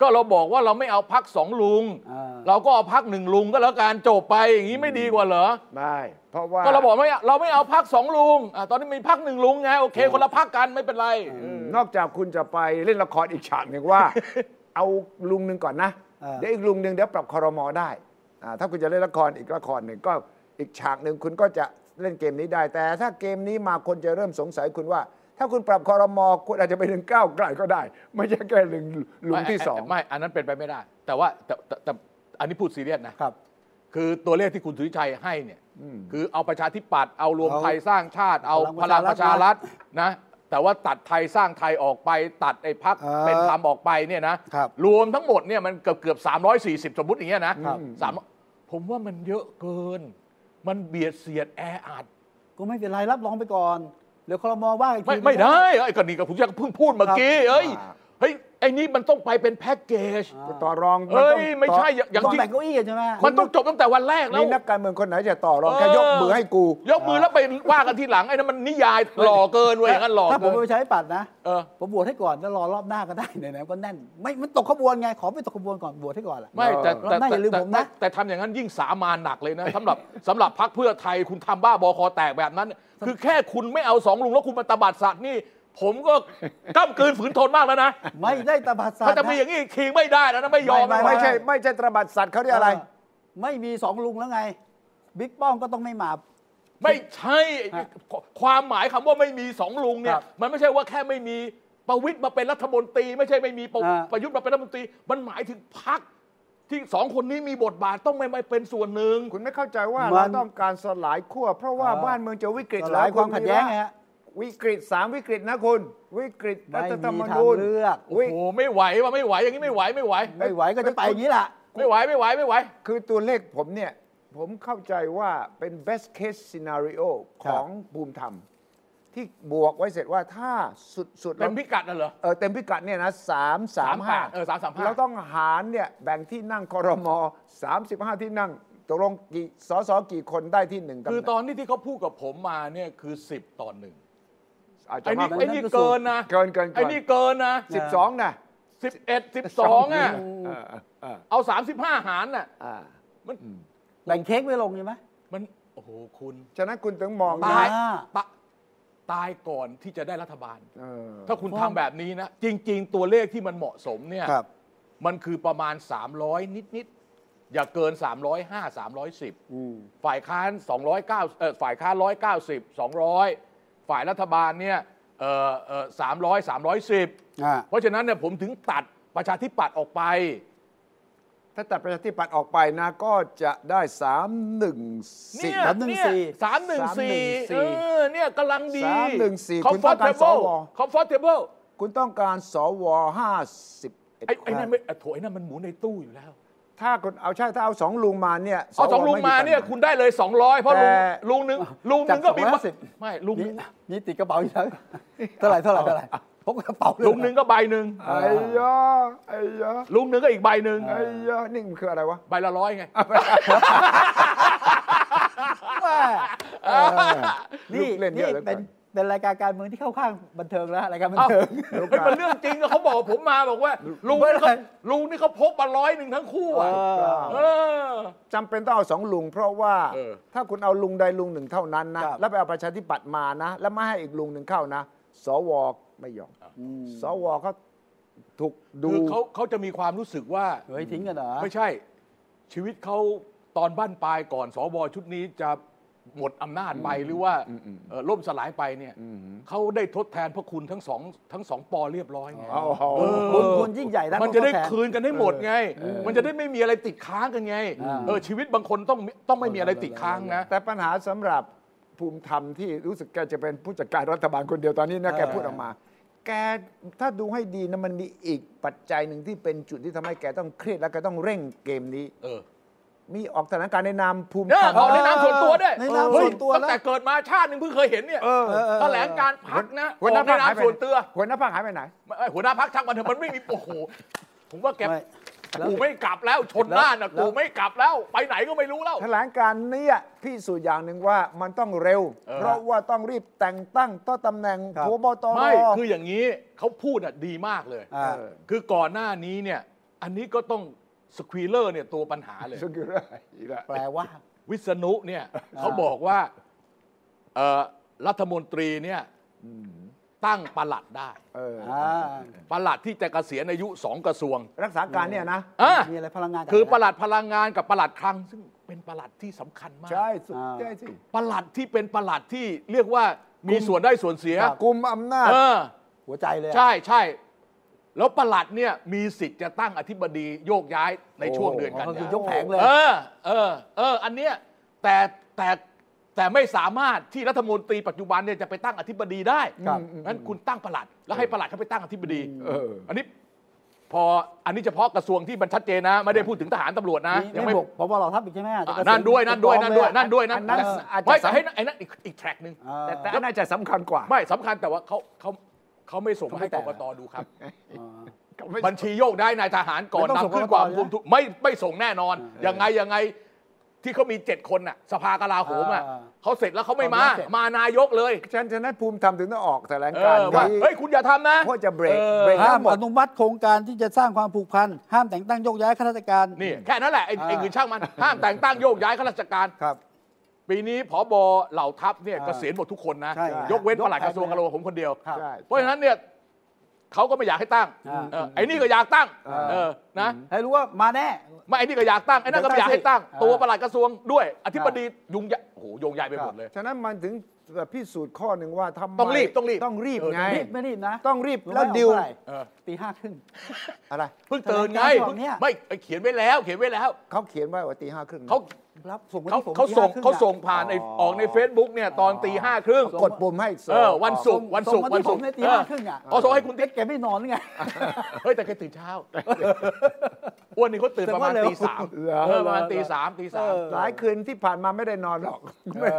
ก็เราบอกว่าเราไม่เอาพักสองลุง
อ่า
เราก็เอาพักหนึ่งลุงก็แล้วการจบไปอย่างนี้ไม่ดีกว่าเหรอ
ไม่ เพราะว่า
ก็เราบอกไม่เราไม่เอาพักสองลุงอ่ะตอนนี้มีพักหนึ่งลุงไงโอเค คนละพักกันไม่เป็นไร
อืมนอกจากคุณจะไปเล่นละครอีกฉากหนึ่ง ว่า เอาลุงหนึ่งก่อนนะ
เออ
เดี๋ยวอีกลุงหนึ่งเดี๋ยวปรับคอรมอได้อ่าถ้าคุณจะเล่นละครอีกละครหนึ่งก็อีกฉากหนึ่งคุณก็จะเล่นเกมนี้ได้ แต่ถ้าเกมนี้มาคนจะเริ่มสงสัยคุณว่า ถ้าคุณปรับคอรมอคุณอาจจะไปถึงก้าวไกลก็ได้ ไม่ใช่แค่ลุงลุงที่สอง
ไม่ไม่อันนั้นเป็นไปไม่ได้ แต่ว่าแต่แต่แต่อันนี้พูดซีเรียสนะ
ครับ
คือตัวเลขที่คุณสุริชัยให้เนี่ยคือเอาประชาธิปัตย์เอารวมไทยสร้างชาติ เอาพ
พลั
ลัง
ง
ป
ประ ระ
ชา
ชารั
รัฐ
ฐ
นะ แต่ว่าตัดไทยสร้างไทยออกไป ตัดไอ้พัก
เออ
เป็นธรรมออกไปเนี่ยนะครับ รวมทั้งหมดเนี่ยมันเกือบเกือบ 340 สมมติอย่างเงี้ยนะครับ สามผมว่ามันเยอะเกิน มันเบียดเสียดแออัด
ก็ไม่เป็นไรรับรองไปก่อนเดี๋ยวคอรมอว่าอีกที
ไม่ไม่ได้ไอ้กรณีกับคุณยักษ์เพิ่งพูดเมื่อกี้เอ้ยเฮ้ยไอ้นี่มันต้องไปเป็นแพ็กเกจ
อ่า
ต่อรองน
เอ้
ต้
ย
ง
ไม่ใช่
ต่อ
อย่าง
ตอน
ที่
แบ่งเก้าอี้ใช่ไหม
มันต้องจบตั้งแต่วันแรกแล้ว
นี่นักการเมืองคนไหนจะต่อรองแค่ยกมือให้กู
ยกมือแล้วไปว่ากันทีหลัง ไอ้นั่นมันนิยายหล่อเกินเว้ยอย่างนั้นหล่อ
ถ้าผ
เกิ
ม
น
ไปใช้ปัดนะ
เออ
ผมบวชให้ก่อนแล้วรอรอบหน้าก็ได้ ไหนๆก็แน่น ไม่มันตกขบวนไง ขอไปตกขบวนก่อนบวชให้ก่อนแหละ
ไม่แต่
รอบหน้าอ
แต่แต่
ย่าลืมผม
แต่
นะ
แต่แต่ทำอย่างนั้นยิ่งสามาหนักเลยนะ สำหรับสำหรับพักเพื่อไทยคุณทำบ้าบอคอแตกแบบนั้น คือแค่คุณไม่เอาสองลุงแล้วคุณมาตบัดสัตว์นี่ ผมก็ก้ามกลืนฝืนทนมากแล้วนะ
ไม่ได้ตบาดสัต
ถ้า
ว์
จะมีอย่างนี้อีกทีไม่ได้แล้วนะไม่ยอม
ไม่
นะ
ใช่ไม่ใช่ตระบัดสัตว์เขาเรียกอะไร
ไม่มีสองลุงแล้วไง บิ๊กป้อมก็ต้องไม่มา
ไม่ใช่ความหมายคำว่าไม่มีสองลุงเนี่
ค
ย
รับ
มันไม่ใช่ว่าแค่ไม่มีประวิตยมาเป็นรัฐมนตรี ไม่ใช่ไม่มีประ
อ่า
ประยุทธ์มาเป็นรัฐมนตรี มันหมายถึงพักที่สองคนนี้มีบทบาทต้องไม่ไม่เป็นส่วนหนึ่ง
คุณไม่เข้าใจว่าม
น
เราต้องการสลายขั้วเพราะว่า
เออ
บ้านเมืองจะวิกฤต
ส
ห
ลา
ลาย ย
ความขัดแย้ง
คุณ
ไง
วีระ
ฮะ
วิกฤตสามวิกฤตนะคุณ วิกฤตรั
ไม่
ฐธรรม
มีทาง
นูญ
เลือก
วิ
โอ้โหไม่ไหวว่ะไม่ไหวอย่างนี้ไม่ไหวไม่ไหว
ไม่ไหวก็จะไปอย่างนี้แหละ
ไม่ไหวไม่ไหวไม่ไหว
คือตัวเลขผมเนี่ย ผมเข้าใจว่าเป็น best case scenario
ค
ข
รับ
องภูมิธรรม ที่บวกไว้เสร็จว่าถ้าสุด ๆ
เป็
แล้ว
นพิกัดน่ะเหรอ
เออเต็มพิกัดเนี่ยนะสามสามห้า
38เออ335
เราต้องหารเนี่ยแบ่งที่นั่งคอรมอสามสิบห้าที่นั่งตกลงกี่สสกี่คนได้ที่หนึ่งตำแห
คือ
น่ง
ตอนนี้ที่เขาพูดกับผมมาเนี่ยคือ 10 ต่อหนึ่ง
อาจจะ
ไอ้
มา
นี่
กกว่า
ไอ้
นั้น
นี่เกินนะ
เกินเกินเกิน
ไอ้นี่เกินนะ
สิบสองนะ
11 12อ่ะ
เออเออเออ
เอา 35 หารน่ะ
อ่า
มัน
แบ่งเค้กไม่ลงใช่ไหม
มันโอ้โหคุณ
ฉะนั้นคุณถึงมอง
ตา
ตาย ยตะตายก่อนที่จะได้รัฐบาล
เออ
ถ้าคุณทำแบบนี้นะ จริง ๆ ตัวเลขที่มันเหมาะสมเนี่ย
ครับ
มันคือประมาณ 300 นิด ๆ อย่าเกิน 305 310
อืม
ฝ่ายค้าน 209เอ่อฝ่ายค้าน 190 200 ฝ่ายรัฐบาลเนี่ยเอ่อเอ่อ300 310
อ่า
เพราะฉะนั้นเนี่ยผมถึงตัดประชาธิปัตย์ออกไป
ถ้าตัดประชาธิปัตย์ออกไปนะ ก็จะได้สามหนึ่งสี่
เนี่ย
สามหนึ่ง
เนี่ย
สี่
สามหนึ่งสี่
314
เออเนี่ยกำลังดี
314
comfortable
คุณต้องการสว
comfortable
คุณต้องการสวห้าสิบ
ไอ้ไอ้นั่นไม่โถไอ้นั่นมันหมุนในตู้อยู่แล้ว
ถ้าคุณเอาใช่ถ้าเอาสองลุงมาเนี่ย
เอาสองลุง
ไ
มาเนี่ย
ปัญห
คุณได้เลย 200 เพราะลุง
แต่
ลุงหนึงลุงหนึงก็มี
จาก250
ไม่ลุงห
นี่
นึ่ง
นี่ติดกระเป๋าอยู่แล้ว เท่าไหร่เท่าไหร่เท่าไหร่พกกระเป๋าเย
ลุงหนึงก็ใบหนึ่ง
ไอ้ยอไอ้ยอ
ลุงหนึงก็อีกใบหนึ่ง
ไอ้ยอนี่มันคืออะไรวะ
ใบละร้อยไง
แม่
ลู
นี่
กเล่นเย
นี่
อะเหลย
เป็นเป็นรายการการเมืองที่เข้าข้างบันเทิงแล้วรายการบัน
เอ้า
เทิง
เฮ้ยมันเรื่องจริงอะเขาบอกผมมาบอกว่า ลุง
ไม่
นี่
ได้
เขาลุงนี่เขาพกมาร้อยหนึ่งทั้งคู่อ่ะ
เออ
เออ
จำเป็นต้องเอาสองลุง เพราะว่า
เออ
ถ้าคุณเอาลุงใดลุงหนึ่งเท่านั้นนะครับ แล้วไปเอาประชาธิปัตย์มานะ แล้วไม่ให้อีกลุงหนึ่งเข้านะ สวไม่ยอมสวเขาถูกดู
คือเขาเขาจะมีความรู้สึกว่า
เฮ้ยทิ้งกันเหรอ
ไม่ใช่ ชีวิตเขาตอนบ้านปลายก่อนสวชุดนี้จะหมดอำนาจไปหรือว่าเอ่อล่มสลายไปเนี่ยเขาได้ทดแทนพระคุณทั้งสองทั้งสองปอเรียบร้อยไง
เอาเอา
เออ
คุณคุณยิ่งใหญ่นะ
มันจะได้
ทดแทน
คืนกันให้หมดไง มันจะได้ไม่มีอะไรติดค้างกันไงเออชีวิตบางคนต้องต้องไม่มีอะไรติดค้างนะ
แต่ปัญหาสำหรับภูมิธรรมที่รู้สึกแกจะเป็นผู้จัดการรัฐบาลคนเดียวตอนนี้นะแกพูดออกมา แกถ้าดูให้ดีนะมันมีอีกปัจจัยหนึ่งที่เป็นจุดที่ทำให้แกต้องเครียดและแกต้องเร่งเกมนี้
เออ
มีออกแถลงการณ์ในนามภูมิ
เนี่ย
ธรรม
ออกในนามส่วนตัวด้วย
ในนาม
เฮ้ย
ส่วนตัวแล้ว
ตั้งแต่เกิดมาชาติหนึ่งเพิ่งเคยเห็นเนี่ย
เออเออเออ
แถลงการพักนะอ
หัว
อ
หน้ากภาคน
ในาม
หายไป
ส่วนตัว
หัวหน้าภาคหายไปไหน
ไม่ไอ้หัวหน้าพักช่างมันเถอะมันไม่มีโอ้โหผมว่าแก
ไม่แล้ว
กูไม่กลับแล้วชนหน้าน่ะ
แล้ว
กูไม่กลับแล้ว ไปไหนก็ไม่รู้แล้ว
แถลงการณ์เนี้พี่สูจน์อย่างหนึ่งว่ามันต้องเร็ว
เออ
เพราะว่าต้องรีบแต่งตั้งต้นตำแหน่ง
ครับ
พบตร
ไม่คืออย่างนี้เขาพูดอ่ะดีมากเลย
อ่า
คือก่อนหน้านี้เนี่ย อันนี้ก็ต้องสควีเลอร์เนี่ยตัวปัญหาเลย
สุกิระอีกแล้ว
แปลว่า
วิษณุเนี่ยเขาบอกว่าเอ่อรัฐมนตรีเนี่ยตั้งประหลัดได้
เออ
อ่า
ประหลัดที่จะเกษียณอายุสองกระทรวง
รักษาการเนี่ยนะ
อ่ะ
มีอะไรพลังงานกับ
คือประห
ไรน
ลัดพลังงานกับประหลัดคลัง ซึ่งเป็นประหลัดที่สำคัญมาก
ใช่สุด
อ่า
ใช่สิ
ประหลัดที่เป็นประหลัดที่เรียกว่ามีส่วนได้ส่วนเสีย
กุมอำนาจ
เออ
หัวใจเลยอะ
ใช่ใช่แล้วประหลัดเนี่ยมีสิทธิ์จะตั้งอธิบดีโยกย้ายในช่วงเดือนกัน
ก็คื
ยา
อยกแผงเลย
เออเออเอออันเนี้ยแต่แต่แต่ไม่สามารถที่รัฐมนตรีปัจจุบันเนี่ยจะไปตั้งอธิบดีได้
ครับ
งั้นคุณตั้งประหลัด แล้วให้ประหลัดเขาไปตั้งอธิบดี
เออ
นนี้พออันนี้เฉพาะกระทรวงที่มันชัดเจนนะ ไม่ได้พูดถึงทหารตำรวจนะ
นี่
ยัง
ไม่
ไม่
บอกพบเราทัพอีกใช่ไหมอาจจะ
อ่ะ
เกษี
นั่นด้วยนั่นด้วย
เป็
นั่น
ก
ด้วย
อง
นั่นด้วย
อันนั้นอาจจะ
ไม่แต่ให้นั่นไอ้นั่นอีกอีกแทร็กหนึ่ง
อ่า
แต่แต่อันน่าจะสำคัญกว่า
ไม่สำคัญแต่ว่าเขาเขาเขาไม่ส่งมาให้ก
เขา
ก
ไม่
ต
แต่ง
ดูครับ
อ่า
บัญชีโยกได้นายทหารก่อน
ไม่ต้องส่ง
นำขึ้น
กกต
กว่า
ใช่ไหม
ภูมิทุกไม่ไม่ส่งแน่นอน ยังไงยังไงที่เขามีเจ็ดคนน่ะ สภากลาโหมอ่ะ
อ่า
เขาเสร็จแล้วเขาไม่มา
ตอนนั้นเสร็จ
มานายกเลย
ฉะนันฉะนั้นภูมิธรรมถึงต้องออกแถลง
เอ
การ
อว่า
นี้
เฮ้ยคุณอย่าทำนะ
เพราะจะเบรก
ออ
เบรก
ห้ามอนุมัติโครงการที่จะสร้างความผูกพัน ห้ามแต่งตั้งโยกย้ายข้าราชการ
นี่แค่นั้นแหละไอ้ไอ้
อ่า
เงินช่างมันห้ามแต่งตั้งโยกย้ายข้าราชการ
ครับ
ปีนี้ผบเหล่าทัพเนี่ย
อ่า
เกษียณหมดทุกคนนะ
ใช่ครับ
ยกเว้น
ยก
ปลัดกระทรวง
แผ
ก
น
ลาโหมคนเดียว
ครับ
ใช่
เพราะฉะนั้นเนี่ยเขาก็ไม่อยากให้ตั้ง
อ่า
เออไอ้นี่ก็อยากตั้ง
อ่า
เออนะ
ให้รู้ว่ามาแน่
ไม่ไอ้นี่ก็อยากตั้งไอ้นั่นก็ไม่อยากให้ตั้ง
เดี๋ยวตั้งสิ
ตัวประหลัดกระทรวงด้วย อธิบ
อ่า
ดียุงยะโอ้โหโยงใหญ่ไปหมดเลย
ฉะนั้นมันถึงพิสูจน์ข้อหนึ่งว่าทำไม
ต้องรีบต้องรีบ
ต้องรีบ
เออ
ไง
รีบไม่รีบนะ
ต้องรีบ
รู้ไหม
แล้วดิว
เอาเท่าไหร่
เออ
ตีห้าครึ่ง
อะไร
เพิ่งเตือนไง
แถลงการฉบั
เพิ่ง
บเนี้ย
ไม่ไอ้เขียนไว้แล้ว เขียนไว้แล้ว
เขาเขียนไว้ว่าตีห้าครึ่งนะ
เขา
รับส่งวัน
เขา
ที่ผม
เขาส่
ตี
ง
ห้ครึ่
เขาส่ง
อะ
ผ่านไอ้
อ๋อ
ออกใน Facebook เนี่ยตอนตีห้าครึ่ง
กดปุ่มให้กสง
เออวันศุกร์
ส่ง
วันศุกร์
ส่งมาที่ผมในตี
วันศุกร์เออ
ห้าครึ่งอะ
อ๋อส่งให้คุณติ๊
ติ๊
ก
กแกไม่นอนหรือไง
เฮ้ยแต่แกตื่นเช้า อ้วนนี่เขาตื่นประมาณ
แต่ว่าเร็ว
ตีสามเออประมาณตีสามตีสาม
หลายคืนที่ผ่านมาไม่ได้นอนหรอก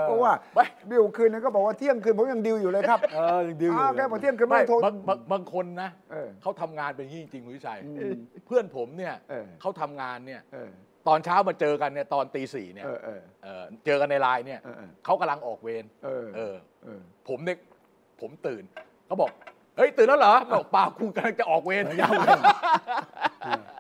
เพราะว่า
ไม่
ดิวคืนนึงก็บอกว่าเที่ยงคืนผมยังดิวอยู่เลยครับ
เออยังดิวอยู่
อ้าวแกบอกเที่ยงคืนไม่
ไม่
โทร
บางบางบางคนนะ
เออ
เขาทำงานเป็นอย่างนี้จริงๆคุณวิชัยเพื่อนผมเนี่ย
เออ
เขาทำงานเนี่ย
เออ
ตอนเช้ามาเจอกันเนี่ยตอนตีสี่เนี่ย
เออเออ
เอ่อเจอกันในไลน์เนี่ย
เออเออ
เขากำลังออกเวร
เออ
เออ
เออ
ผมเนี่ยผมตื่นเขาบอกเฮ้ยตื่นแล้วเหรอบอกเปล่ากูกำลังจะออกเวร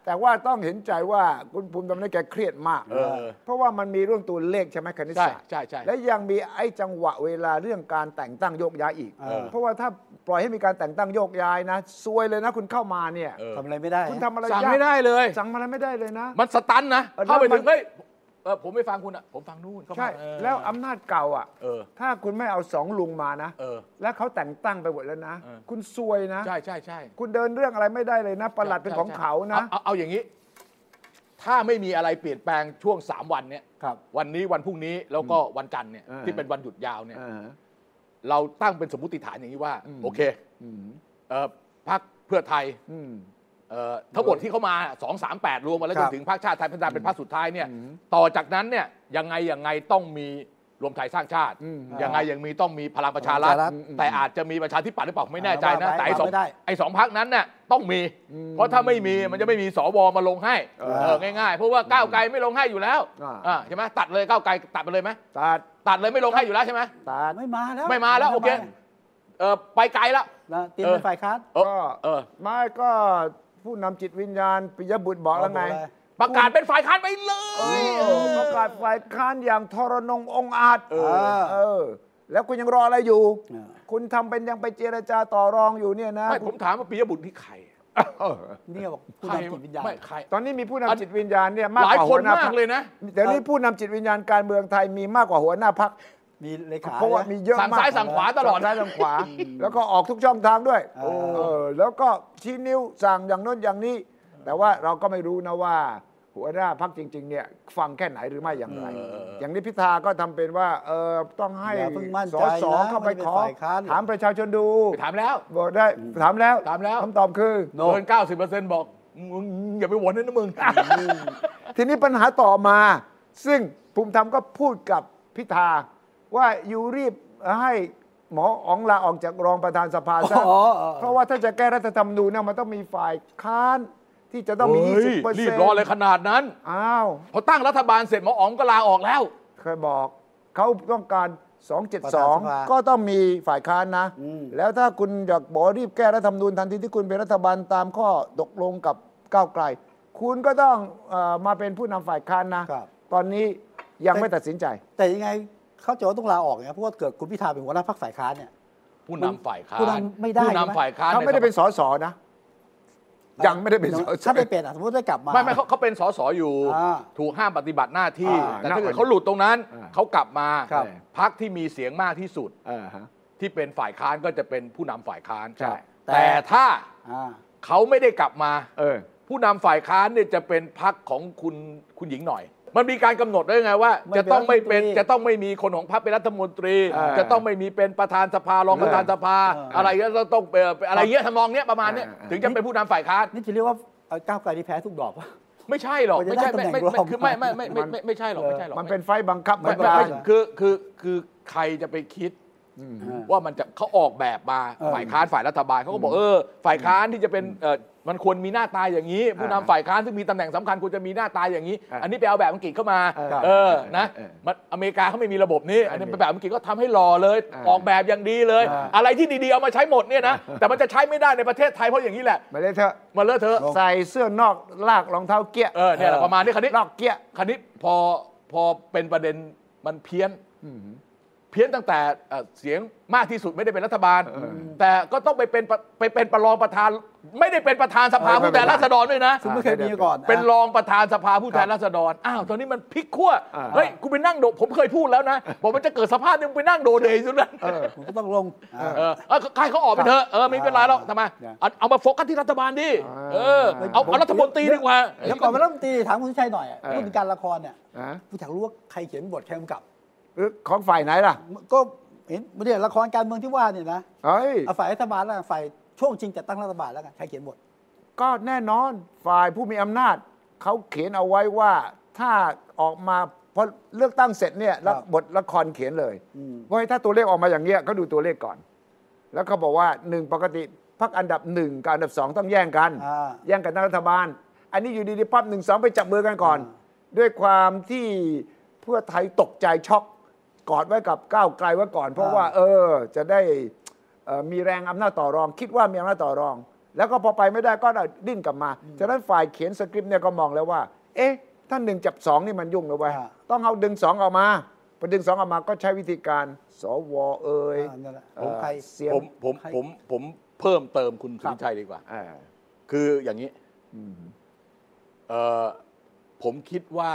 แต่ว่าต้องเห็นใจว่าคุณภูมิธรรมนี่แกเครียดมาก
เออ
เพราะว่ามันมีเรื่องตัวเลขใช่ไหมคณิตศาสตร์
ใช่ใช่ใช่
และยังมีไอ้จังหวะเวลาเรื่องการแต่งตั้งโยกย้ายอีก
เออ
เพราะว่าถ้าปล่อยให้มีการแต่งตั้งโยกย้ายนะซวยเลยนะคุณเข้ามาเนี่ย
เออ
ทำอะไรไม่ได้
คุณทำอะไร
สั่ง
ยาก
ไม่ได้เลย
สั่งอะไรไม่ได้เลยนะ
มันสตันนะ
เออ
เข้าไป
แล้วมัน
ถึงเฮ้ยเออผมไม่ฟังคุณอ่ะผมฟังนู่นเข้ามา
ใช่
เออ
แล้วอำนาจเก่าอ่ะ
เออ
ถ้าคุณไม่เอาสองลุงมานะ
เออ
แล้วเขาแต่งตั้งไปหมดแล้วนะ
เออ
คุณซวยนะ
ใช่ใช่ใช่
คุณเดินเรื่องอะไรไม่ได้เลยนะประหลัดเป็นของเขานะ
อเอาเอาอย่างนี้ ถ้าไม่มีอะไรเปลี่ยนแปลงช่วงสามวันเนี่ย
ครับ
วันนี้วันพรุ่งนี้แล้วก็วันจันทร์เนี่ย
เออ
ที่เป็นวันหยุดยาวเนี่ย
เออ
เราตั้งเป็นสมมติฐานอย่างนี้ว่า
อืม
โอเค
อืม
เอ่อพักเพื่อไทย
อืม
เอ่อทั้งหมดที่เข้ามา 2 3 8 รวมมาแล้วจนถึงพรรคชาติไทยพัฒนาเป็นพรรคสุดท้ายเนี่ย
อืม
ต่อจากนั้นเนี่ยยังไงยังไงต้องมีรวมไทยสร้างชาติ
อืม
ยังไงยังมีต้องมีพลังประชารั
พ
ฐ
ลังประชารัฐ
แต่อาจจะมีประชาธิปัตย์หรือเปล่าผมไม่แน่ใจนะ
ว่าไป
แต่ไอ้สอง
ว่าไม่ได้
ไอ้สองพักนั้นน่ะต้องมี
อืม
เพราะถ้าไม่มีมันจะไม่มีสวมาลงให้
เออ
เออง่ายๆ เพราะว่าก้าวไกลไม่ลงให้อยู่แล้ว
อ่า
อ่าใช่ไหมตัดเลยก้าวไกลตัดไปเลยไหม
ตัด
ตัดเลยไม่ลงให้อยู่แล้วใช่ไหม
ตัด
ไม่มาแล้ว
ไม่มาแล้วโอเคเออไปไกลแล้ว
นะเตรียม
เออ
เป็นฝ่ายค้าน
เออ
ก็
เออ
ไม่ก็ผู้นำจิตวิญญาณปิยบุตรบอกแล้วไง
บอกอะไร
ประกาศเป็นฝ่ายค้านไปเล
เอย อประกาศฝ่ายค้านอย่างทรนงองอาจ
เออ
เออ แล้วคุณยังรออะไรอยู่
เออ
คุณทำเป็นยังไปเจรจาต่อรองอยู่เนี่ยนะ
ไม่ผมถามว่าปิยบุตรที่ใคร
เออ
นี่บอกผู้
ใคร
นำจิตวิญญาณ
ไม่ใคร
ตอนนี้มีผู้นำ
อัน
จิตวิญญาณเนี่ยมาก
หลาย
ก
ค
ว่าหั
น
วหน้าพ
มาร ก
รค
เลยนะ
เดี๋ยวนี้ผู้นำจิตวิญญาณการเมืองไทยมีมากกว่าหัวหน้าพัก
มีเลขา
เพราะว่ามีเยอะ
สั่ง
มาก
ซ้ายสั่งขวาตลอด
สั่งซ้ายสั่งขวา แล้วก็ออกทุกช่องทางด้วย
เออ
เออแล้วก็ชี้นิ้วสั่งอย่างโน้นอย่างนี้ แต่ว่าเราก็ไม่รู้นะว่า หัวหน้าพักจริง ๆ เนี่ย ฟังแค่ไหนหรือไม่อย่างไร
เออเออเออ
อ
อ
ย่างนี้พิธาก็ทำเป็นว่าเออต้องให้
อย่าเพิ่งมั่น
ส
ใจ
ส
นะ
เข้าไปขอ
ไม่ได้เป็นฝ่ายค้าน
ถามประชาชนดู
ไปถามแล้ว
บอกได้ถามแล้ว
ถามแล้ว
คำตอบคือ
โน่
เกิน90%บอกมึงอย่าไปหวนนะมึง
ทีนี้ปัญหาต่อมา ซึ่งภูมิธรรมก็พูดกับพิธาว่าอยู่รีบให้หมออ๋องลาออกจากรองประธานสภาซะ
อ๋ออ๋อ
เพราะว่าถ้าจะแก้รัฐธรรมนูญเนี่ยมันต้องมีฝ่ายค้านที่จะต้องมี
เฮ้ย
20เปอร์
รี
เซ็น
บ
ต์
ร้อนเลยขนาดนั้น
อ้าว
พอตั้งรัฐบาลเสร็จหมออ๋องก็ลาออกแล้ว
เคยบอกเขาต้องการ
ประธานสภา
272 ก็ต้องมีฝ่ายค้านนะ
อืม
แล้วถ้าคุณอยากบอกรีบแก้รัฐธรรมนูญทันทีที่คุณเป็นรัฐบาลตามข้อตกลงกับก้าวไกล คุณก็ต้องเออมาเป็นผู้นำฝ่ายค้านนะ
ครับ
ตอนนี้ยังไม่ตัดสินใจ
แต่ยังไงเขาจะว่าต้องลาออกเนี่ยเพราะว่าเกิดคุณพิธาเป็นหัวหน้าพรรคฝ่ายค้านเนี่ย
ผู้นำฝ่ายค้าน
ผู้นำไม่ได้
ผู้
ใช่ไหม
นำฝ่ายค้าน
เขาไม่ได้เป็น
ใ
สสนะ ยังไม่ได้เป็นสส
ถ้าไม่เป็นอ่ะสมมติได้กลับมา
สภาไม่ไม่เขาเขาเป็นสสอยู่
อ่า
ถูกห้ามปฏิบัติหน้าที่
อ่า
แต่ถ้าเกิด
น่า
เขาหลุดตรงนั้น
อ่า
เขากลับมา
ครับ
พักที่มีเสียงมากที่สุด ที่เป็นฝ่ายค้านก็จะเป็นผู้นำฝ่ายค้าน
ใช่
แต่ถ้า
อ่า
เขาไม่ได้กลับมา
เออ
ผู้นำฝ่ายค้านเนี่ยจะเป็นพักของคุณคุณหญิงหน่อย มันมีการกำหนดไว้ไงว่า
ไม่
จะต้องไม่เป็น
เป็นรัฐมนตรี
จะต้องไม่มีคนของพรรคเป็นรัฐมนตรี
เออ
จะต้องไม่มีเป็นประธานสภารองประธานสภา
เอออ
อะไรก็ต้องเปนอะไรเงี้ยทำนองเนี้ยประมาณเนี้ย
เออเออ
ถึงจะเป็นผู้นำฝ่ายค้าน
นี่จะเรียกว่าเอาก้าวไกลที่แพ้ทุกดอกวะ
ไม่ใช่หรอก
มันจะ
ไม่
ได้
ใช่ไม่
ตำแหน่
ไม่
งรอง
คือไม่ไม่ไม่ไม่ไม่ไม่ใช่หรอก
เออ
ไม่ใช่หรอก
มันเป็นไฟบังคับเหมื
ไม่
อน
ไม่
กั
ไม่
น
คือคือคือใครจะไปคิด ว่ามันจะเขาออกแบบมา
เออ
ฝ่ายค้านฝ่ายรัฐบาลเขาก็บอกเออฝ่ายค้านที่จะเป็นเออมันควรมีหน้าตาอย่างนี้ ผู้นำ
อ่า
ฝ่ายค้านซึ่งมีตำแหน่งสำคัญควรจะมีหน้าตาอย่างนี้
อ่า
อันนี้ไปเอาแบบอังกฤษเข้ามา
เออ
เออ
เออ
นะ
เออ
มันอเมริกาเขาไม่มีระบบนี้อันนี้
ไม่มี
ไปแบบอังกฤษก็ทำให้หล่อเลย
อ่า
ออกแบบอย่างดีเลย
อ่า
อะไรที่ดีๆเอามาใช้หมดเนี่ยนะแต่มันจะใช้ไม่ได้ในประเทศไทยเพราะอย่างนี้แหละ
มาเลยเถอะ
มาเลอะเทอะ
ใส่เสื้อนอกลากรองเท้าเกี้ย
เออเนี่ยแหละประมาณนี้คันนี้
ลอกเกี้ย
คันนี้พอพอเป็นประเด็นมันเพี้ยน เพี้ยนตั้งแต่เอ่อเสียงมากที่สุดไม่ได้เป็นรัฐบาล
เออ
แต่ก็ต้องไปเป็นประไปเป็นประรองประธาน ไม่ได้เป็นประธานสภา
เออไม่
ผู้แทนราษฎรด้วยนะ
ซึ่ง
ไม่เคยมีมาก่อน
เป็นรองประธานสภาผู้แทนราษฎรอ้าวตอนนี้มันพลิกขั้ว
อ่า
เฮ้ยคุณไปนั่งโดผมเคยพูดแล้วนะบอกมันจะเกิดสภาพนึงไปนั่งโดเดย์สุดนั้น
เออ
ผมก็ต้องลงอ่า
เออเอาใครเขาออกไปเถอะเออไม่เป็นไรหรอกทำไม
เนี่ย
เอาเอามาโฟกัสที่รัฐบาลดิ
อ่า
เออเอาเอารัฐมนตรีดีกว่า
เดี๋ยวก่อนมาเริ่มตีถามคุณชัยหน่อยอะ
เออ
พูดถึงการละครเนี่ย
อ่ะ
ผมอยากรู้ว่าใครเขียนบทใครกำกับ
หรือของฝ่ายไหนล่ะ
ก็เห็นไม่ได้ละครการเมืองที่ว่าเนี่ยนะ
เฮ้ย
เอาฝ่ายรัฐบาลแล้วกันฝ่ายช่วงจริงจัดตั้งรัฐบาลแล้วกันใครเขียนบท
ก็แน่นอนฝ่ายผู้มีอำนาจ เขาเขียนเอาไว้ว่าถ้าออกมาพอเลือกตั้งเสร็จเนี่ย
ครับ
บทละครเขียนเลย
อืม
ว่าถ้าตัวเลขออกมาอย่างเงี้ยก็ดูตัวเลขก่อน แล้วเขาบอกว่าหนึ่งปกติพักอันดับหนึ่งกับอันดับสองต้องแย่งกัน
อ่า
แย่งกันตั้งรัฐบาล อันนี้อยู่ดีๆปั๊บหนึ่งสองไปจับมือกันก่อน
อ่
ด้วยความที่เพื่อไทยตกใจช็อกกอดไว้กับก้าวไกลไว้ก่อน เพราะว่า เออจะได้เอ่อมีแรงอำนาจต่อรอง คิดว่ามีอำนาจต่อรอง แล้วก็พอไปไม่ได้ก็ดิ้นกลับมาฉะนั้นฝ่ายเขียนสคริปต์เนี่ยก็มองแล้วว่า เอ๊ะท่านหนึ่งจับสองนี่มันยุ่งนะเว้ย
อ่า
ต้องเอาดึงสองออกมาพอดึงสองออกมาก็ใช้วิธีการสวเอ่ย
อ่านั่นแหละ
เอ่อ
ผมใคร
เสียง
ผมผมผมผมเพิ่มเติมคุณสุริชัยดีกว่า
อ่า
คืออย่างนี้
อืม
เอ่อผมคิดว่า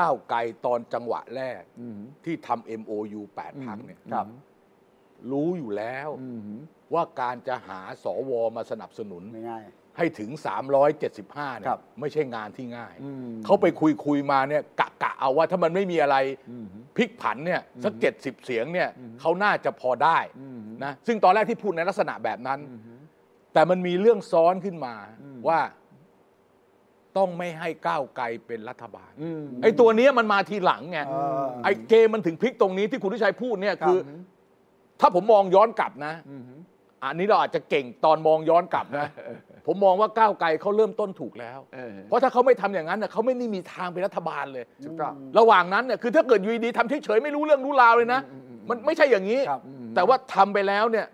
ก้าวไกลตอนจังหวะแรก
อืม
ที่ทำ MOU 8พักเนี่ย
ครับ
รู้อยู่แล้ว
อืม
ว่าการจะหาสวมาสนับสนุน
ไม่ง่าย
ให้ถึง 375เนี่
ครั
ย
บ
ไม่ใช่งานที่ง่าย
อืม
เขาไปคุยคุยมาเนี่ยกะกะเอาว่าถ้ามันไม่มีอะไร
อืม
พลิกผันเนี่ยสัก 70 เสียงเนี่ยเขาน่าจะพอได้
อืม
นะซึ่งตอนแรกที่พูดในลักษณะแบบนั้น แต่มันมีเรื่องซ้อนขึ้นมา
อืม
ว่าต้องไม่ให้ก้าวไกลเป็นรัฐบาล
อืม
ไอ้ตัวเนี้ยมันมาทีหลังไง
เออ
ไอ้เกมมันถึงพลิกตรงนี้ที่คุณทิชัยพูดเนี่ย
ครับ
คือ ถ้าผมมองย้อนกลับนะ
อืม
อันนี้เราอาจจะเก่งตอนมองย้อนกลับนะ ผมมองว่าก้าวไกลเขาเริ่มต้นถูกแล้ว
เออ
เพราะถ้าเขาไม่ทำอย่างนั้นน่ะเขาไม่ได้มีทางเป็นรัฐบาลเลย
ถูกต้อง
ระหว่างนั้นเนี่ยคือถ้าเกิดอยูดีๆทำเฉยๆไม่รู้เรื่องรู้ราวเลยนะ
อืมอืมอืม
มันไม่ใช่อย่างนี้
ครับ
แต่ว่าทำไปแล้วเนี่ย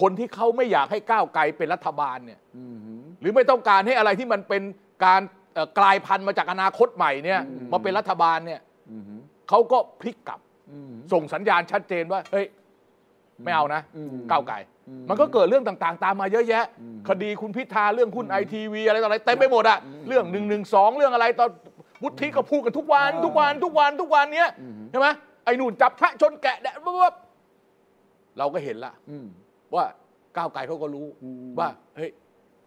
คนที่เขาไม่อยากให้ก้าวไกลเป็นรัฐบาลเนี่ย
อืม
หรือไม่ต้องการให้อะไรที่มันเป็นการเอ่อกลายพันธุ์มาจากอนาคตใหม่เนี่ยมาเป็นรัฐบาลเนี่ย
อืม
เขาก็พลิกกลับ
อืม
ส่งสัญญาณชัดเจนว่าเฮ้ยไม่เอานะ
อืม
ก้าวไก่
อืม
มันก็เกิดเรื่องต่างๆ ตามมาเยอะแยะ คดีคุณพิธาเรื่องหุ้นไอทีวีอะไรต่ออะไรเต็มไปหมดอะเรื่องหนึ่งหนึ่งสองเรื่องอะไรตอนวุฒิก็พูดกันทุกวัน
อ่า
ทุกวันทุกวันทุกวันเนี้ย
อืม
ใช่ไหมไอ้นู่นจับพระชนแกะแดะปุ๊บเราก็เห็นละ
อืม
ว่าก้าวไกลเขาก็รู้
อืม
ว่าเฮ้ย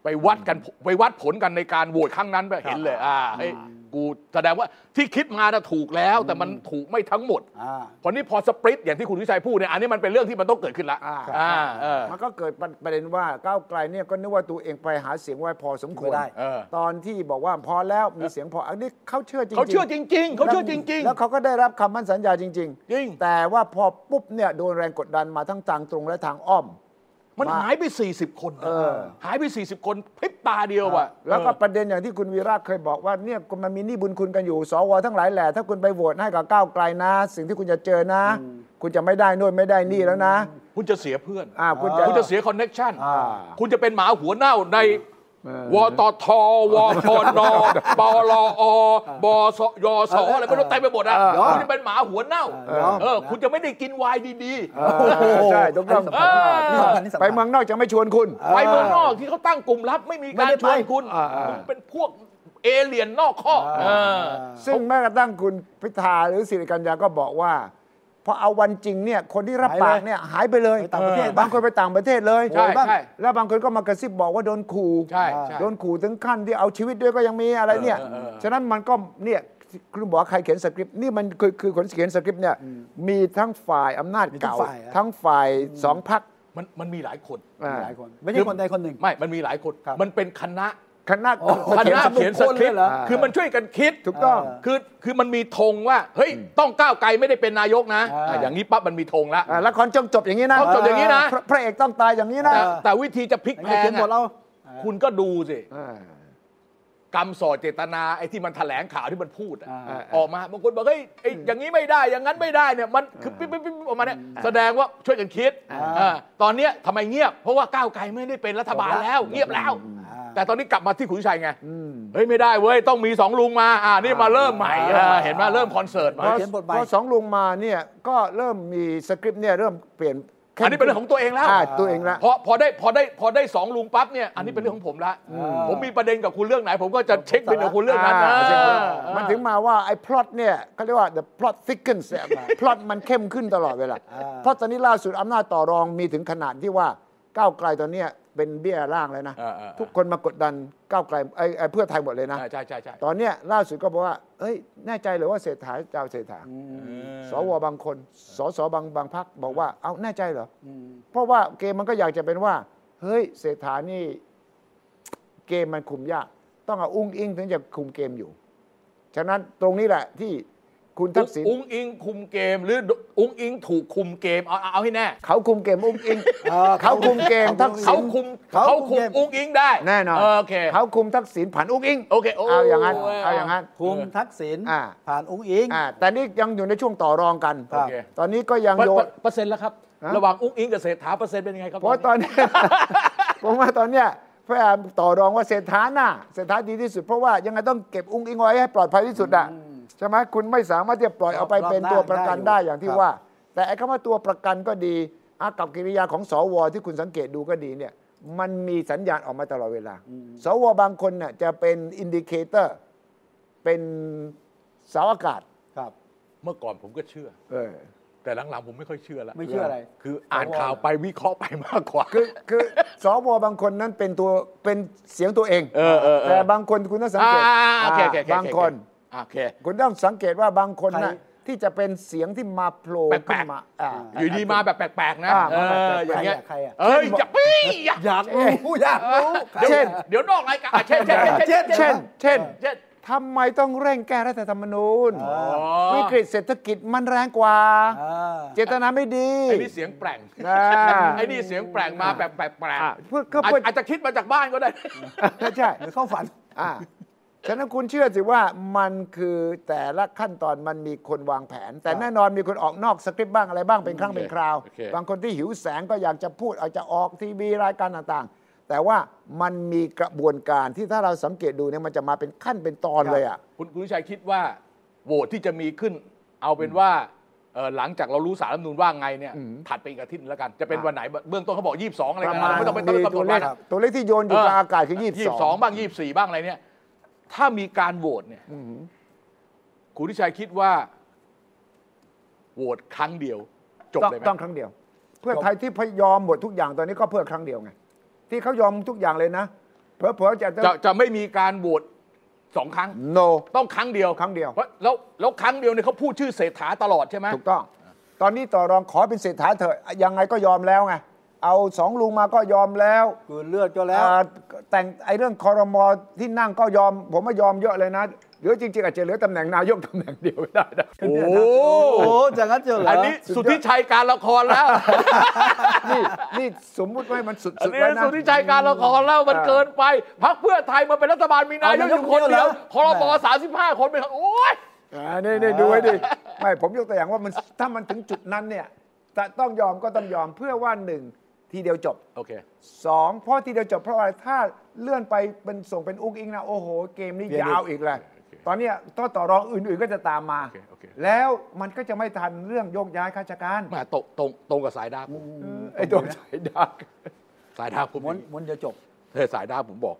ไปวัดกันไปวัดผลกันในการโหวตครั้งนั้นไปเห็นเลย อ่าให้กูแสดงว่าที่คิดมาน่ะถูกแล้ว แต่มันถูกไม่ทั้งหมด
อ่า
พอนี้พอสปริตอย่างที่คุณวิชัยพูดเนี่ยอันนี้มันเป็นเรื่องที่มันต้องเกิดขึ้นละ
อ่า
อ่าเออ
มันก็เกิดประเด็นว่าก้าวไกลเนี่ยก็นึกว่าตัวเองไปหาเสียงไว้พอสมควร
ไม่ได้
เออ
ตอนที่บอกว่าพอแล้วมีเสียงพออันนี้เขาเชื่อจริงๆ
เขาเชื่อจริง ๆ เขาเชื่อจริง
แล้วเขาก็ได้รับคำมั่นสัญญาจริง
จริง
ๆ แต่ว่าพอปุ๊บเนี่ยโดนแรงกดดันมาทั้งทางตรงและทางอ้อม
ๆ มันหายไป 40 คนนะหายไป 40 คนพริบตาเดียวอ่ะ
แล้วก็
เออ
ประเด็นอย่างที่คุณวีระเคยบอกว่าเนี่ยมันมีหนี้บุญคุณกันอยู่สวทั้งหลายแหละถ้าคุณไปโหวตให้กับก้าวไกลนะ สิ่งที่คุณจะเจอนะ คุณจะไม่ได้โน่นไม่ได้นี่แล้วนะ
คุณจะเสียเพื่อน
อ่าคุณจะ
คุณจะเสียคอนเน็กชัน
อ่า
คุณจะเป็นหมาหัวเน่าในวตทวพน ปลอ บสยสอะไรไม่รู้เต็มไปหมดอ่ะคุณจะเป็นหมาหัวเน่า
เออ
เออ คุณจะไม่ได้กินไวน์ดี
ใช่ถูกต้อง
อันนี้สำคัญนนี้สำคัญ
ไปเมืองนอกจะไม่ชวนคุณ
ๆ ไปเมืองนอกที่เขาตั้งกลุ่มลับไม่มีการ
ไม่ได้
ช
ไป
วนคุณ
อ่าอ่า
คุณเป็นพวกเอเลี่ยนนอกข้อกเออ
ซึ่งแม้กระทั่งคุณพิธาหรือสิริกัญญาก็บอกว่าพอเอาวันจริงเนี่ยคนที่รับปากเนี่ยหายไปเลย
ไปต่างประเทศ
บางคนไปต่างประเทศเลย
ใช่
โอ้ยบ้าง
ใช่
แล้วบางคนก็มากระซิบบอกว่าโดนขู่
ใช่ใช่
โดนขู่ถึงขั้นที่เอาชีวิตด้วยก็ยังมีอะไรเนี่ย
เออเออเออ
ฉะนั้นมันก็เนี่ยคุณบอกว่าใครเขียนสคริปต์นี่มันคือคือคนเขียนสคริปต์เนี่ยมีทั้งฝ่ายอำนาจ
มีทั้ง
เก่า
ฝ่ายอะ
ทั้งฝ่ายสองพัก
มันมันมีหลายคน
หลายคน ไม่ใช่คนใดคนหนึ่ง
ไม่ มันมีหลายคน
ครับ
มันเป็นคณะ
คณะ
โอ้โห
คณะเขียนสคริป
เขีย
ต์
นสมุดคนเลยเหรอ
คือมันช่วยกันคิด
ถูกต้อง
คือคือมันมีธงว่า เฮ้ย ต้องก้าวไกลไม่ได้เป็นนายกนะ
อ่า
อ่ะอย่างนี้ปั๊บมันมีธงละ
อ่าละครจงจบอย่างนี้นะ
ต้องจบอย่างนี้นะ
พรพระเอกต้องตายอย่างนี้นะ
แต่แต่วิธีจะพลิก
ไหน
แพ
ใครง เขียนบทเรา
อ่ะคุณก็ดูสิ
อ่า
กรรมส่อเจตนาไอ้ที่มันแถลงข่าวที่มันพูดอะ
อ่า
ออกมาบางคนบอกเฮ้ยไอ้อย่างนี้ไม่ได้อย่างนั้นไม่ได้เนี่ยมันคือปิ๊บปิ๊บปิ๊บปิ๊บออกมาเนี่ยแสดงว่าช่วยกันคิดอ่าตอนเนี้ยทำไมเงียบ เพราะว่าก้าวไกลไม่ได้เป็นรัฐบาลแล้ว เงียบแล้ว แต่ตอนนี้กลับมาที่ขุนชัยไงเฮ้ยไม่ได้เว้ยต้องมีสองลุงมาอ่านี่มาเริ่มใหม่อ่าเห็นไหมเริ่มคอนเสิร์ตใหม่
เขียนบทใหม่
พอสองลุงมาเนี่ยก็เริ่มมีสคริปต์เนี่ยเริ่มเปลี่ยนข้ม
อันนี้เป็นเรื่องของตัวเองแล้ว
อ่าตัวเองละ
พอพอได้พอได้พอได้สองลุงปั๊บเนี่ยอันนี้เป็นเรื่องของผมละผมมีประเด็นกับคุณเรื่องไหน ผมก็จะเช็คบินกับคุณเรื่องนั้นนะ
าใช่ครับ
เออ
มันถึงมาว่าไอ้พล็อตเนี่ยเขาเรียกว่า the plot thickens พล็อตมันเข้มขึ้นตลอดเวลา
อ่า
เพราะตอนนี้ล่าสุดอำนาจต่อรองมีถึงขนาดที่ว่าก้าวไกลตอนเนี้ยเป็นเบี้ยร่างเลยนะ
อ่าอ่าอ่า
ทุกคนมากดดันก้าวไกลไอ้ไอ้เพื่อไทยหมดเลยนะ
อ่าใช่ใช่ใช่
ตอนเนี้ยล่าสุดก็บอกว่า เอ้ย แน่ใจเหรือว่าเศรษฐาจะเอาเศรษฐา สวบางคน สสบางบางพักบอกว่า เอาแน่ใจเหรออเพราะว่าเกมมันก็อยากจะเป็นว่า เฮ้ย เศรษฐานี่ เกมมันคุมยาก ต้องเอาอุ้งอิงถึงจะคุมเกมอยู่ ฉะนั้นตรงนี้แหละที่คุณทักษิณ
อุ้งอิงคุมเกมหรืออุ้งอิงถูกคุมเกมเอาเอาเอาให้แน่
เขาคุมเกมอุ้งอิง
เออ
เขาคุมเกมทักษิณ
เขาคุม
เขา
เขา
คุ
คุ
มเก
ม
ม
อุ้งอิงได้
แน่นอน
เโอเค
เขาคุมทักษิณผ่านอุ้งอิง
โอเคโอ้
เอาอย่างนั้น
โอ้ย
เอาอย่างนั้น
คุมทักษิณ
อ่า
ผ่านอุ้งอิง
อ่าแต่นี่ยังอยู่ในช่วงต่อรองกัน
ครับ
โอเค
ตอนนี้ก็ยัง
เปอร์
โย
เปอน ร์เปอร์เซ็นต์แล้วครับ
ฮะ
ระหว่างอุ้งอิงกับเศรษฐาเปอร์เซ็นต์เป็นยังไงครับ
เพราะต อนนี้ ผมว่าตอนเนี้ยพยายามต่อรองว่าเศรษฐาน่ะเศรษฐาดีที่สุดเพราะว่ายังไงต้องเก็บอุ้งอิงไว้ให้ปลอดภัยที่สุดอ่ะใช่ไหมคุณไม่สามารถที่จะปล่อยเอาไปเป็นตัวประกันได้อย่างที่ว่า แต่ไอ้คำว่าตัวประกันก็ดีอากับกิริยาของสวที่คุณสังเกตดูก็ดีเนี่ย มันมีสัญญาณออกมาตลอดเวลา สวบางคนน่ะจะเป็นอินดิเคเตอร์ เป็นเสาอากาศ
ครับ
เมื่อก่อนผมก็เชื่อ
เออ
แต่หลังๆผมไม่ค่อยเชื่อแล้ว
ไม่เชื่ออะไร
คืออ่านข่าวไปวิเคราะห์ไปมากกว่า
คือคือสวบางคนนั้นเป็นตัวเป็นเสียงตัวเอง
เออเออเออ
แต่บางคนคุณต้องสัง
อ่า
เกต
โอเคโอเคโอเ
บางคน
โอเค
คุณต้องสังเกตว่าบางคน
ใคร
นะที่จะเป็นเสียงที่มาโผล่
แปล
ขึ้
ก
น
ๆ
มาอ่า
อยู่ดีมาแบบแปลกๆนะ
อ่า
เอ
มาแบบ
อ
แปลก
อ
ๆ
ย่างเงี้ย
ใครอ่ะ
เอ้ยอย่าปี้อย่า
อยากรู้อยากรู้
เดี๋ยว
ใคร
เดี๋ยวนอกรายการอ่ะเช่นเช่นเช่น
เช่น เช่น
เช่น
ทำไมต้องเร่งแก้รัฐธรรมนูญ
อ
วิกฤตเศรษฐกิจมันแรงกว่า
อ่า
เจตนาไม่ดี
ไอ้นี่เสียงแปลง
นะ
ไอ้นี่เสียงแปลกมาแบบแปลก
อ่ะ
ๆ
เพื่อก็เพื่ออ
าจอาจจะคิดมาจากบ้านก็ได้
ใช่
หรือเข้าฝัน
อ่าฉะนั้นคุณเชื่อสิว่ามันคือแต่ละขั้นตอนมันมีคนวางแผน แต่แน่นอนมีคนออกนอกสคริปต์บ้างอะไรบ้างเป็นครั้งเป็นคราว
โอเค
บางคนที่หิวแสงก็อยากจะพูดเอาจะออกทีวีรายการต่างๆ แต่ว่ามันมีกระบวนการที่ถ้าเราสังเกตดูเนี่ยมันจะมาเป็นขั้นเป็นตอนเลยอ่ะ
คุณคุณวิชัยคิดว่าโหวตที่จะมีขึ้น เอาเป็นว่าเอ่อหลังจากเรารู้สารรัฐธรรมนูนว่าไงเนี่ยถัดไปอีกอาทิตย์หนึ่งแล้วกัน จะเป็นวันไหนเบื้องต้นเขาบอก 22 อะไร
ป
กั
ระ
น
มาณ
ไม่ต้องไป
มี
ตั้งกำหน
ตัว
ด
เล
วั
ข
น
ตัวเลขที่โยนอยู่กลางอากาศคือ
22 บ้าง 24 บ้างอะไรเนี่ย ถ้ามีการโหวตเนี่ยคุณวิชัยคิดว่าโหวตครั้งเดียว จบ
ต้อง
เลยไหม
ต้องครั้งเดียว เพื่อไทยที่พยอมหมดทุกอย่างตอนนี้ก็เพื่อครั้งเดียวไงที่เขายอมทุกอย่างเลยนะ เผลอๆจะ
จะจะไม่มีการโหวตสองครั้ง
โน
ต้องครั้งเดียว
ครั้งเดียว
พราะแล้วแล้วครั้งเดียวเนี่ยเขาพูดชื่อเศรษฐาตลอดใช่ไหม
ถูกต้อง ตอนนี้ต่อรองขอเป็นเศรษฐาเถอะยังไงก็ยอมแล้วไง เอาสองลุงมาก็ยอมแล้ว
กลืนเลือดก็แล้ว
อ่าแต่งไอ้เรื่องคอรมอที่นั่งก็ยอม ผมว่ายอมเยอะเลยนะเหลือจริงๆอาจจะเหลือตำแหน่งนายกตำแหน่งเดียวไม่ได้นะ
โอ้โห
โอ้จากนั้นเจอเหรอ
อั
อั
นนี้สุทธิชัยการละครแล้ว
นี่นี่สมมุติว่ามันสุด
อัน
ๆ
นี้
ไว้นะ
สุทธิชัยการละครแล้วมันเกินไปพักเพื่อไทยมาเป็นรัฐบาลมีนายกอยู่คนเดียวคอรมอสามสิบห้าคนเป็นโอ้ย
อ่านี่นี่ดูไว้ดิ ไม่ผมยกตัวอย่างว่ามันถ้ามันถึงจุดนั้นเนี่ยแต่ต้องยอมก็ต้องยอมเพื่อว่าหนึ่งทีเดียวจบ
โอเค
สองเพราะทีเดียวจบเพราะอะไรถ้าเลื่อนไปเป็นส่งเป็นอุ้งอิงนะโอ้โห เกมนี้ยาวอีกแหละตอนเนี้ยต่อต่อรองอื่นๆก็จะตามมา
โอเคโอเค
แล้วมันก็จะไม่ทันเรื่องโยกย้ายข้าราชการ
มาตรงตรงตรงกับสายดาผม
ไอ้โดนใจดัก
สายดาผม
ม้วนม้วนเดียวจบ
เธอสายดาผมบอก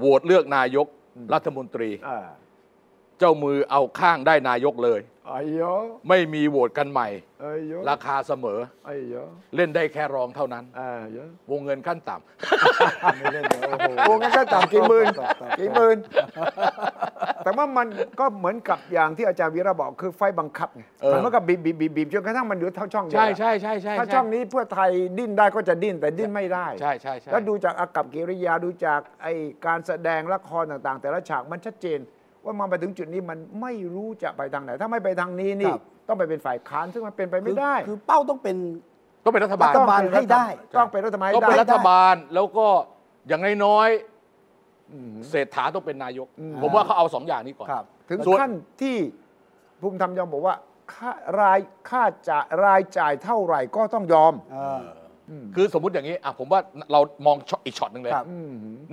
โหวตเลือกนายกรัฐมนตรี
อ่า
เจ้ามือเอาข้างได้นายกเลย
ไอ้โย
ไม่มีโหวตกันใหม่
ไอ้โย
ราคาเสมอ
ไอ้โย
เล่นได้แค่รองเท่านั้น
ไอ้โยว
งเงินขั้นต่
ไม่เล่นเดี๋ยวโอ้โห
โอ้งั้นก็ต่ำกี่หมื่น
ต่อต่อต่อ
กี่หมื่นแต่ว่ามันก็เหมือนกับอย่างที่อาจารย์วีระบอกคือไฟบังคับไงมันเหมือนกับบีบบีบบีบบีบจนกระทั่งมันเหลือเท่าช่อง
ำ
เดียว
ใช่
อะ
ใช่ใช่ใช่
ถ้าช่องนี้เพื่อไทยดิ้นได้ก็จะดิ้นแต่ดิ้นไม่ได้
ใช่ใช่ใช่
แล้วดูจากอากับกิริยาดูจากไอการแสดงละครต่างๆ แต่ละฉากมันชัดเจน ว่ามันไปถึงจุดนี้มันไม่รู้จะไปทางไหน ถ้าไม่ไปทางนี้นี่
ครับ
ต้องไปเป็นฝ่ายค้านซึ่งมันเป็นไป
คื
ไม่
อ
ได้
คือเป้าต้องเป็น
ต้องเป็นรัฐบาล
ต้อง
เป็นรัฐ
ให้ได้
ต้องเป็นรัฐบาล
ต้อง
ให้ได้
เป็นรัฐบาลแล้วก็อย่างน้อยๆเศรษฐาต้องเป็นนายก ผมว่าเขาเอาสองอย่างนี้ก่อน
ครับ
ถึง
ส่วน
ขั้นที่ภูมิธรรมยอมบอกว่าค่ารายค่าจ่ารายจ่ายเท่าไหร่ก็ต้องยอม
เออ
คือสมมุติอย่างนี้อ่ะผมว่าเรามองช็อตอีกช็อตหนึ่งเลย
ครับ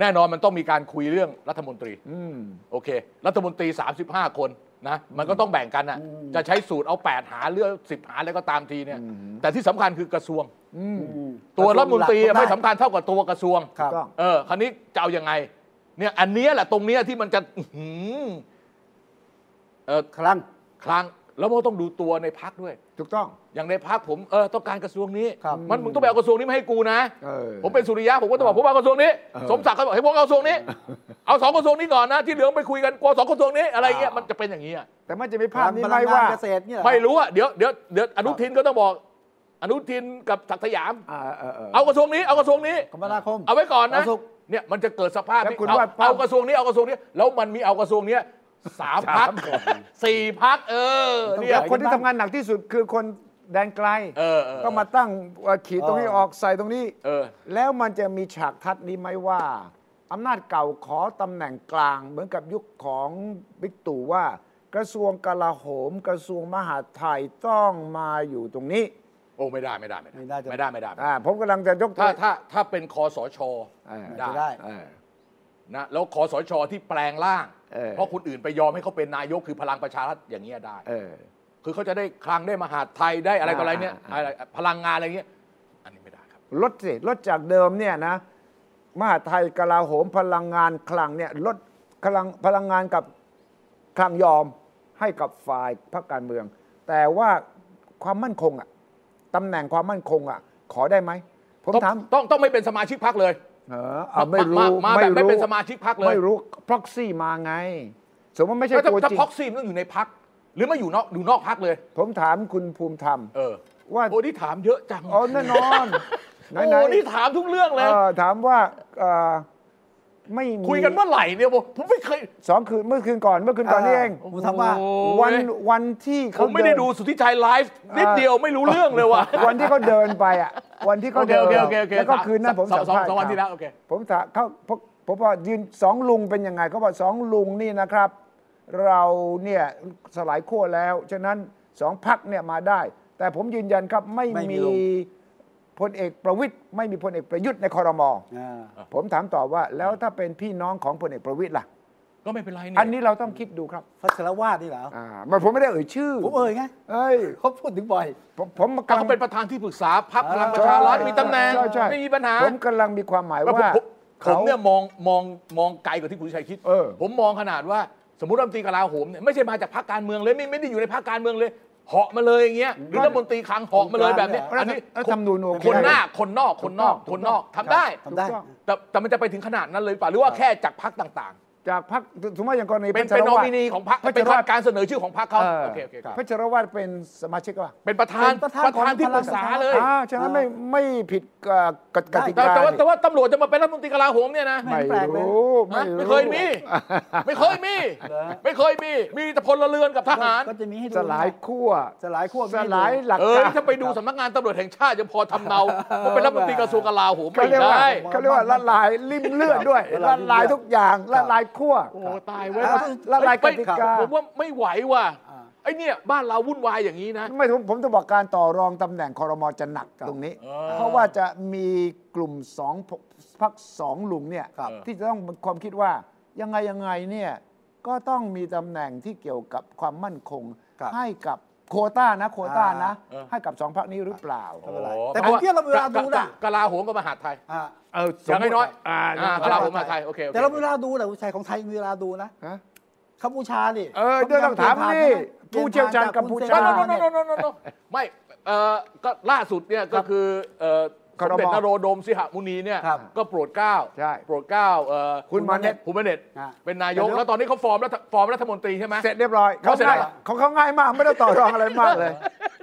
แน่นอนมันต้องมีการคุยเรื่องรัฐมนตรี
อืม
โอเค รัฐมนตรี 35 คนนะมันก็ต้องแบ่งกันอ่ะจะใช้สูตรเอา 8 หาเลือก10 หาอะไรก็ตามทีเนี่ยแต่ที่สำคัญคือกระทรวง
อืม
ตัวรัฐมนตรี
กะวงหลัก
ไม่สำคัญเท่ากับตัวกระทรวง
ครับ
ต้อง
เออ คราวนี้จะเอายังไง เนี่ย อันเนี้ยแหละตรงเนี้ยที่มันจะอื้อหือเออ
ครั้ง
ครั้งแล้วมันก็ต้องดูตัวในพักด้วย
ถูกต้อง
อย่างในพักผมเออต้องการกระทรวงนี้
ครับ
มันมึงต้องไปเอากระทรวงนี้มาให้กูนะ
เออ
ผมเป็นสุริยะผมก็ต้องบอกผมว่ากระทรวงนี้ สมศักดิ์ก็บอกให้ผมเอากระทรวงนี้ เอาสองกระทรวงนี้ก่อนนะที่เหลือไปคุยกันกลัวสองกระทรวงนี้อะไรเงี้ย
อ่ามั
มันจะเป็นอย่างนี้อะ
แต่มันจะมีภาพนี้ไหม
พลังงน
ว่า
เกษตรเนี่ยเหอ
ไม่รู้อะเดี๋ยวเดี๋ยวเดี๋ยวอนุทินก็ต้องบอก อนุทินกับศักดิ์สยาม
อ่าเออเออ
เอากระทรวงนี้เอากระทรวงนี้
คมนาคม
เอาไว้ก่อนนะ
เอาสุข
เนี่ยมันจะเกิดสภาพ
แล้วคุณ
เอา
ว่าภาพ
เอากระทรวงนี้เอากระทรวงนี้ แล้วมันมีเอากระทรวงเนี้ยสามพัก
สามคน
สี่พักเออเนี่
แต่
ย
คนที่ทำงานหนักที่สุดคือคนแดนไกล
เออเออ
ก็มาตั้งเอ่อขีดตรงนี้
เออ
ออกใส่ตรงนี้
เออ
แล้วมันจะมีฉากทัดนี้ไหมว่าอำนาจเก่าขอตำแหน่งกลาง เหมือนกับยุคของบิ๊กตู่ว่า กระทรวงกลาโหม กระทรวงมหาดไทยต้องมาอยู่ตรงนี้
โอ้ไม่ได้ไม่ได้ไม่
ไม่
ได้
น่าจะ
ไม่ได้ไม่ได้ไม่ได้
อ่าผมกำลังจะยกตั
ถ้าว ถ้าถ้าเป็นคอสช
เออ
จะได้
เออ
นะแล้วคอสชที่แปลงร่าง
เออ
เพราะคนอื่นไปยอมให้เขาเป็นนายกคือพลังประชารัฐอย่างเงี้ยได้
เออ
คือเขาจะได้คลังได้มหาดไทยได้อะไรก็อะไรเนี่ย
อ่า
อะไรพลังงานอะไรเงี้ยอันนี้ไม่ได้ครับ
ลดสิลดจากเดิมเนี่ยนะมหาดไทยกลาโหมพลังงานคลังเนี่ยลดพลังพลังงานกับคลังยอมให้กับฝ่ายพรรคการเมือง แต่ว่าความมั่นคงอะตำแหน่งความมั่นคงอะขอได้ไหมผม
ต้อง
ถาม
ต้องต้องไม่เป็นสมาชิกพักเลย
เออเอาไม่รู้
ามาแบบไม่เป็นสมาชิกพรรคเลย
ไม่รู้พร็อกซี่มาไง สมมติไม่ใช่
ไม่ถ้า
ตัว
ถ้า
จริง
พ็อกซี่มันต้องอยู่ในพัก หรือไม่อยู่นอกอยู่นอกพักเลย
ผมถามคุณภูมิธรรม
เออ
ว่า
โอ้นี่ถามเยอะจัง
อ๋อแน่นอนไหนๆ
โอ้นี่ถามทุกเรื่องเลย
เอ่อถามว่าเอ่อไม่มี
คุยกันเมื่อไหร่เนี่ยผมผมไม่เคย
สองคืนเมื่อคืนก่อนเมื่อคืนก่อนนี่เอง
ผมทำว่า
โอ้
วัน
ย
วันที่
ผ
เขา
มไม่ได้
เน
ดูสุทธิชัยไลฟ์นิดเดียวไม่รู้เรื่องเลยว่ะ
วันที่เขาเดินไปอ่ะวันที่เขา
โอเค
เดิน
โอเคโอเคโอเค
แล้วก็คืนนั้นผม
สอ
สั
งสอง
มภาษณ์
สองวันที่แล้ว
เขา
โอเค
ผมถามเขาผมผมว่ายืนสองลุงเป็นยังไงเขาบอกสองลุงนี่นะครับ เราเนี่ยสลายขั้วแล้ว ฉะนั้นสองพักเนี่ยมาได้ แต่ผมยืนยันครับไม่
ไม่มี
มี
ลุง
พลเอกประวิตยไม่มีพลเอกประยุทธ์ในคอรมอ
อ่า
ผมถามต่อว่าแล้วถ้าเป็นพี่น้องของพลเอกประวิตยล่ะ
ก็ไม่เป็นไร
อัน
นี่
นี้เราต้องคิดดูครับ
พัชรวาดนี่เหรอ
อ่ามันผมไม่ได้เอ่ยชื่อ
ผมเอ่ยไง
เอ้ย
เขาพูดถึงบ่อย
ผมผมกำลั
เขา
ง
เป็นประธานที่ปรึกษาพรรคพลังประชารัฐมีตำแหน่ง
ใช่ใช่
ไม่มีปัญหา
ผมกำลังมีความหมาย
แล้วผม
ว่า
ผมผมเนี่ยมองมองมองไกลกว่าที่คุณชัยคิด
เออ
ผมมองขนาดว่าสมมติรัฐมนตรีกลาโหมเนี่ยไม่ใช่มาจากพรรคการเมืองเลยไม่ไม่ได้อยู่ในพรรคการเมืองเลย เหาะมาเลยอย่างเงี้ยหรือรัฐมนตรีคลังเหาะมาเลยแบบเนี้ย
รั
อัน
ฐ
นี้
รัฐธรรมนูญโอเ
คนหน้าคนนอกคนนอกค
ถูกต้อง
นนอกทำได้
ทำได้
ถูกต้อง
แต่แต่มันจะไปถึงขนาดนั้นเลยหรือเปล่าหรือว่าแค่จากพรรคต่าง
จากพักสมมติอย่างกรณี
ๆ เป็น
พั
เป็น
ช
น
ร
อ
วาท
มินีของพรรค
พัช
เป็น
รวาท
การเสนอชื่อของพรรคเขา
ออ
โอเคโอเคโอเค
พัชรวาทเป็นสมาชิกป่ะ
เป็นประธาน
เป็นประธาน
ประธานที่
ของพลังป
ปรึก
ระ
ษา
ชารัฐ
เลย
อ่าฉะนั้นไม่ไม่ผิดเอ่อกฎกติ
แต่
กา
แต่ว่า
นี่
แต่ว่าตำรวจจะมาเป็นรัฐมนตรีกลาโหมเนี่ยนะ
ไม่ แปลกเลย
รู้
ฮะ
รู้
ไม่เคยมี ไม่เคยมี ไม่เคยมี มีแต่พลเรือนกับทหาร
ก็จะมีให้ดู
สลายขั้ว
สลายขั้ว
สลายหลัก
เออ
การ
ถ้าไปดูสำนักงานตำรวจแห่งชาติยังพอทำเนาว่าเป็นรัฐมนตรีกระทรวงกลาโหม
เขา
ไม่
เรียกว่า
ได้
เขาเรียกว่าละลายริมเลือดด้วยละลายทุกอย่างละลายขั้ว
โอ้ตายเว้ย
เออละลายกติกา
ผมว่าไม่ไหวว่ะไอเนี่ยบ้านเราวุ่นวายอย่างนี้นะ
ไม่ผมผมจะบอกการต่อรองตำแหน่งคอรมอจะหนักตรงนี้ เพราะว่าจะมีกลุ่มสองพักสองลุงเนี่ย
ครับ
ที่จะต้องความคิดว่ายังไงยังไงเนี่ยก็ต้องมีตำแหน่งที่เกี่ยวกับความมั่นคง
ครับ
ให้กับโควต้านะโควต้านะ
เออ
ให้กับสองพักนี้หรือเปล่า
ไม่เป็นไร
โอ้
แต่ผมเชื่อเราเวลาดูนะ
กลาโหมกับมหาดไทย
อ่า
เออ
อย่างน้อยๆ
อ่า
อ่ากลาโหมมหาดไทยโอเคโอค
แต่เรามีเวลาดูนะผู้ชายของไทยมีเวลาดูนะ
ฮะ
กัมพูชาดิ
เออเดี๋ยวต้องถามนี่ผู้เชี่ยวชาญกัมพูชา
ไม่ไม่ไม่ไม่ไม่ ไม่เออก็ล่าสุดเนี่ยก็คือเออ
ค
ส
รม
มเด็จนโรดมสิหมุนีเนี่ย
ครับ
ก็โปรดเกล้า
ใช่
โปรดเกล้าเอ่อ
คุณมาเน็ต
คุณมาเน็ต
อ่ะ
เป็นนายก
นายก
แล้วตอนนี้เขาฟอร์มรัฐฟอร์มรัฐมนตรีใช่ไหม
เสร็จเรียบร้อย
เขาเสร็จแล้ว
ง่ยของเขาง่ายมากไม่ต้องต่อรองอะไรมากเลย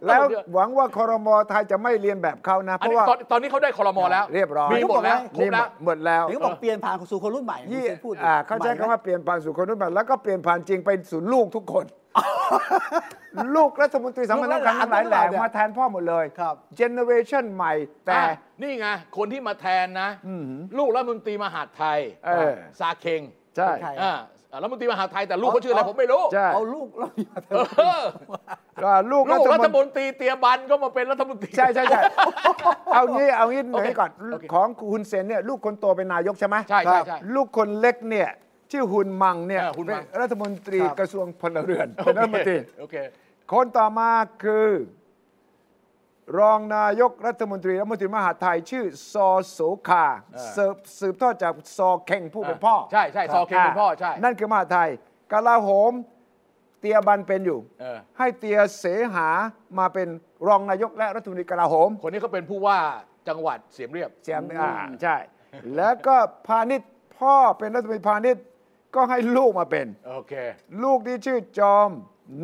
แล้วหวังว่าคอรมอไทยจะไม่เรียนแบบเขานะ เพ
อัน
ราะ
นี้
ว่า
ตอนตอนนี้เขาได้คอรมอแล้ว
เรียบร้อย
มีหมดแล้วคร
นี่
บแล้ว
หมดแล้ว
หรือบอกเปลี่ยนผ่านสู่คนรุ่นใหม่
ยี่
ที่พูดดิ
อ่าเขาใช้
หม่ไหม
คำว่าเปลี่ยนผ่านสู่คนรุ่นใหม่แล้วก็เปลี่ยนผ่านจริงไปสู่ลูกทุกคน ลูกรัฐมนตรีสำคัญ
ลูก
สำ
และ
คั
หลาน
ญทั้งหลายแหล่
เนี่ย
มาแทนพ่อหมดเลย
ครับ
เจเนอเรชันใหม่แต่
อ่ะนี่ไง คนที่มาแทนนะ ลูกรัฐมนตรีมหาดไทย
เออ
ซาเคง
ใช่
ใคร
อ่ารัฐมนตรีมหาดไทยแต่ลูกเขาชื่ออะไรผมไม่รู้
ใช่
เอาลูกเรามีมาเถ
เอ
อะ
อ
ก็ลูก
ลูกรัฐ
รัฐ
ม
มนตรี
นตรีเตียบันก็มาเป็นรัฐมนตรี
ใช่ใช่ใช่เอางี้เอางี้ห
โอ
น่อ
เค
ยก่อน
โอเค
ของคุณเซนเนี่ยลูกคนโตเป็นนายกใช่ไหม
ใช่ใช่ใช่
ลูกคนเล็กเนี่ยชื่อฮุนมังเนี่ย
เออฮุนมัง
เป็นรัฐมนตรีกระทรวงพลเรือนเป็นรัฐมนตรี
โอเค
คนต่อมาคือ รองนายกรัฐมนตรีรัฐมนตรีมหาดไทยชื่อซอโสคา
เออ
สืบสืบทอดจากซอเข่งผู้เป็นพ่อ
ใช่ใช่ซอเคงเป็นพ่อใช่
นั่นคือมหาดไทยกลาโหม เตียบันเป็นอยู่
เออ
ให้เตียเสหามาเป็นรองนายกและรัฐมนตรีกลาโหม
คนนี้เขาเป็นผู้ว่าจังหวัดเสียมเรียบ
เสียมอ่าใช่ แล้วก็พาณิชย์พ่อเป็นรัฐมนตรีพาณิชย์ก็ให้ลูกมาเป็น
โอเค
ลูกที่ชื่อจอม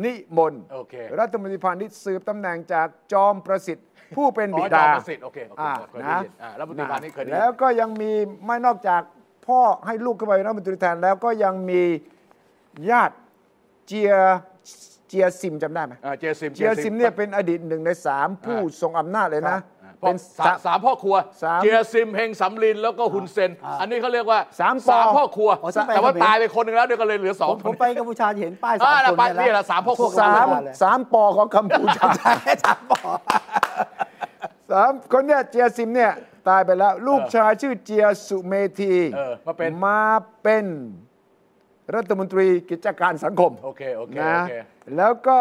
นิมนต์
โอเค
รัฐมนตรีพาณิชย์สืบตำแหน่งจากจอมประสิทธิ์ ผู้เป็น
อ๋อ
บิ
จ
ดา
อมประสิทธิ์โอเคโอเค
า
เคยได้
นะ
ยินอ่ารัฐมนตรีพาณิชย์เคยได้ยิน
แล้วก็ยังมีไม่นอกจากพ่อให้ลูกขึ้นไปเป็นรัฐมนตรีแทนแล้วก็ยังมีญาติเจียเจียซิมจำได้ไหม
อ่าเจซิม
เจียซิมเนี่ยเป็นอดีตหนึ่งในสามผู้ทรงอำนาจเลยนะ
พ่อ
เป็น
สาม
สา
สามพ่อครัว
สาม
เจซิมเฮงสำลินแล้วก็ฮุนเซน อันนี้เขาเรียกว่า
สามปอ
พ่อครัว
อ๋อที่ไป
แต่ว่า
เขมร
ตายไปคนหนึ่งแล้วเดี๋ยวก็เลยเหลือสอ
ผ
ง
ม
ค
ผ
น
มไปกัมพูชาเห็นป้ายสา
อ่าม น่ะ
คน
ป้าย
เย
นี่แหละสามพวก
พวกเร
สาม
ไม่ได้เลย
สามปอของกัมพูชา
ใช่สามปอ
สามคนเนี่ยเจียซิมเนี่ยตายไปแล้วลูกชายชื่อเจียสุเมธี
เออมาเป็น
มาเป็นรัฐมนตรีกิจการสังคม
โอเคโอเค
นะ
โอเค
แล้วก็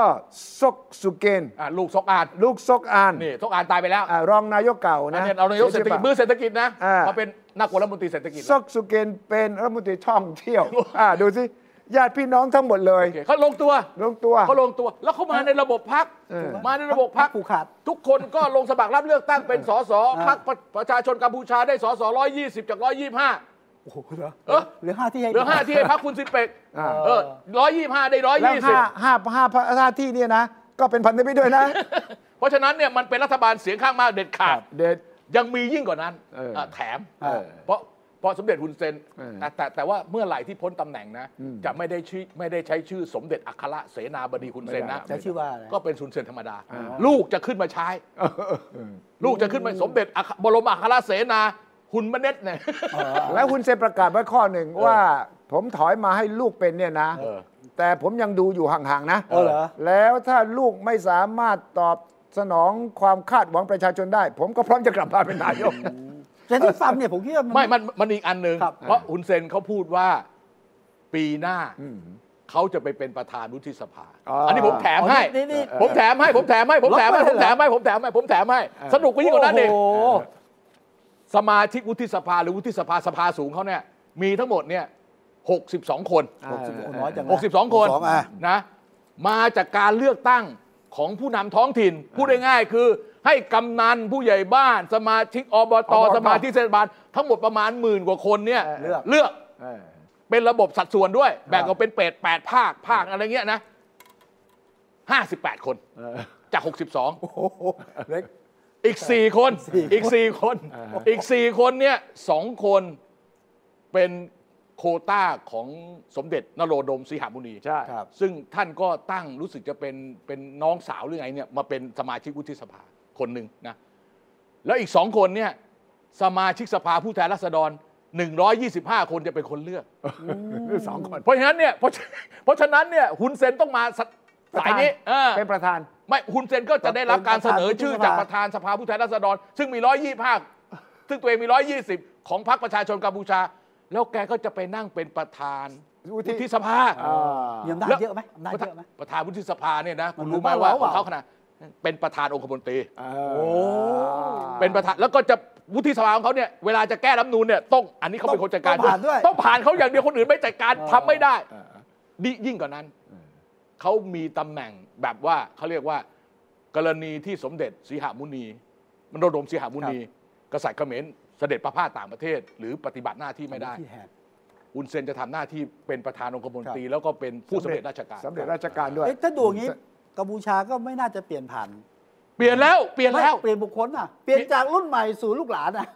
ซกสุเกน
อ่ะลูกซอกอาน
ลูกซกอาน
นี่ซอกอานตายไปแล้ว
อ่ารองนายกเก่า
อัน
นะ
เนี้ยเรานายกเศรษฐกิจมือเศรษฐกิจนะ
อ่า
มาเป็นนักกวารัฐมนตรีเศรษฐกิจ
ซกสุเกนเป็นรัฐมนตรีท่องเที่ยวอ่าดูสิญาติพี่น้องทั้งหมดเลย
โอเคเขาลงตัว
ลงตัว
เขาลงตัวแล้วเขามาในระบบพัก
เออ
มาในระบบพัก
ผูกขาด
ทุกคนก็ลงสมัครรับเลือกตั้งเป็นสสพักประชาชนกัมพูชาได้สสร้อยยี่สิบจากร้อยยี่ห้า
โอ้โหเหรอ
เออ
เหลือห้าที่ให้
เหลือห้าที่ให้พักคุณสิบเป็ก
อ่า
เออร้อยยี่ห้าได้ร้อย
แล้ว
ยี่สิบ
ห้าห้าห้าห้าที่เนี่ยนะ ก็เป็นพันธมิตรด้วยนะ
เพราะฉะนั้นเนี่ยมันเป็นรัฐบาลเสียงข้างมากเด็ดขาด
เด็ด
ยังมียิ่งกว่านั้น
เออ
เอ่อแถม
เออ
เพราะเพราะสมเด็จฮุนเซน
เออ
แต่แต่แต่ว่าเมื่อไหร่ที่พ้นตำแหน่งนะ จะไม่ได้ชื่อไม่ได้ใช้ชื่อสมเด็จอัครเสนาบดีฮุนเซนนะ
ไม่ได้
ใช้ชื่อว่าอะไร
ก็เป็นฮุนเซนธรรมดา ลูกจะขึ้นมาใช้ ลูกจะขึ้นมาสมเด็จอัครบรมอัครเสนาฮุนมเนตเนี่ย
แล้วคุณเซนประกาศไว้ข้อหนึ่งว่า ผมถอยมาให้ลูกเป็นเนี่ยนะ
เออ
แต่ผมยังดูอยู่ห่างๆนะ
เออเหรอ
แล้วถ้าลูกไม่สามารถตอบสนองความคาดหวังประชาชนได้ ผมก็พร้อมจะกลับมาเป็นนายก
แต่ที่ฟังเนี่ยผมคิดว่า
ไม่มันมันอีกอันหนึ่ง
ครับ
เพราะฮุนเซนเขาพูดว่าปีหน้าเขาจะไปเป็นประธานวุฒิสภา
อ่า
อันนี้ผมแถม
อ๋อ
ให้
นี่นี่
ผมแถมให้ ผมแถมให้ ผมแถมให้
ล็
ผ
อก
ม
ไว้
แถ
เลย
มให้ ผมแถมให้ ผมแถมให้ สนุกไปยิ่งกว่านั้นเอง
โอ้โห
สมาชิกวุฒิสภาหรือวุฒิสภาสภาสูงเขาเนี่ย มีทั้งหมดเนี่ย62 คน
หกสิบโอ้น้อยจังนะ
62 คน
สองอ่ะ
นะ มาจากการเลือกตั้ง ของผู้นำท้องถิ่น พูดง่ายๆคือ ให้กำนันผู้ใหญ่บ้าน สมาชิกอบต
อบต
สมาชิกเทศบาลทั้งหมดประมาณหมื่นกว่าคนเนี่ย
เออเลือก
เลือก
เออ
เป็นระบบสัดส่วนด้วย แบ่งออกเป็นเปดแปดภาค ภาคอะไรเงี้ยนะห้าสิบแปดคน จากหกสิบสอง
โอ้โหเล็ก
อีกสี่คน
สี่คน
อีกสี่คน อีกสี่คนเนี่ยสองคนเป็นโควต้าของสมเด็จนโรดม สิหมุนี
ใช่
ครับ
ซึ่งท่านก็ตั้งรู้สึกจะเป็นเป็นน้องสาวหรือไงเนี่ยมาเป็นสมาชิกวุฒิสภาคนหนึ่งนะ แล้วอีกสองคนเนี่ยสมาชิกสภาผู้แทนราษฎร 125 คนจะเป็นคนเลือก
สองคน
เพราะฉะนั้นเนี่ยเพราะเพราะฉะนั้นเนี่ยฮุนเซนต้องมาสะสายนี้เออ
เป็นประธาน
ไม่ฮุนเซนก็จะได้รับการเสนอชื่อจาก
เป็นป
ป
ระ ระ
ธา
ธาน น
สภาผู้แทนราษฎร ซึ่งมี 125 ซึ่งตัวเองมี 120 ของพรรคประชาชนกัมพูชา แล้วแกก็จะไปนั่งเป็นประธาน
วุฒิ
วุฒิสภา
อ่า
มีอำนาจเยอะไหมอำนาจเยอะไหม
ประธานวุฒิสภาเนี่ยนะ
มั
คุ
น
ณ
เหมือน
รู้ไหม
บ้าน
ว่า
เรา
ข
เปล่า
องเขาขนาดเป็นประธานองคมนตรี
โอ
เป็นประธานแล้วก็จะวุฒิสภาของเขาเนี่ยเวลาจะแก้รัฐธรรมนูลเนี่ยต้องอันนี้เขาเป็นคนจัดการ
ต้องผ่านด้วย
ต้องผ่านเขาอย่างเดียวคนอื่นไม่จัดการทำไม่ได้
อ่า
ดิยิ่งกว่านั้น เขามีตำแหน่งแบบว่าเขาเรียกว่ากรณีที่สมเด็จสีหมุนีมโนดมสีหมุนี กษัตริย์เขมรเสด็จประพาสต่างประเทศ หรือปฏิบัติหน้าที่ไม่ได้
ที่แหก
อุนเซนจะทำหน้าที่เป็นประธานองคมนตรี แล้วก็เป็นผู้สำเร็จราชการ
สำเร็จราชการด้วย
เอ๊ะถ้าดูอย่างนี้กัมพูชาก็ไม่น่าจะเปลี่ยนผ่าน
เปลี่ยนแล้วเปลี่ยนแล้ว
ไม่เปลี่ยนบุคคลน่ะ เปลี่ยนจากรุ่นใหม่สู่ลูกหลานน่ะ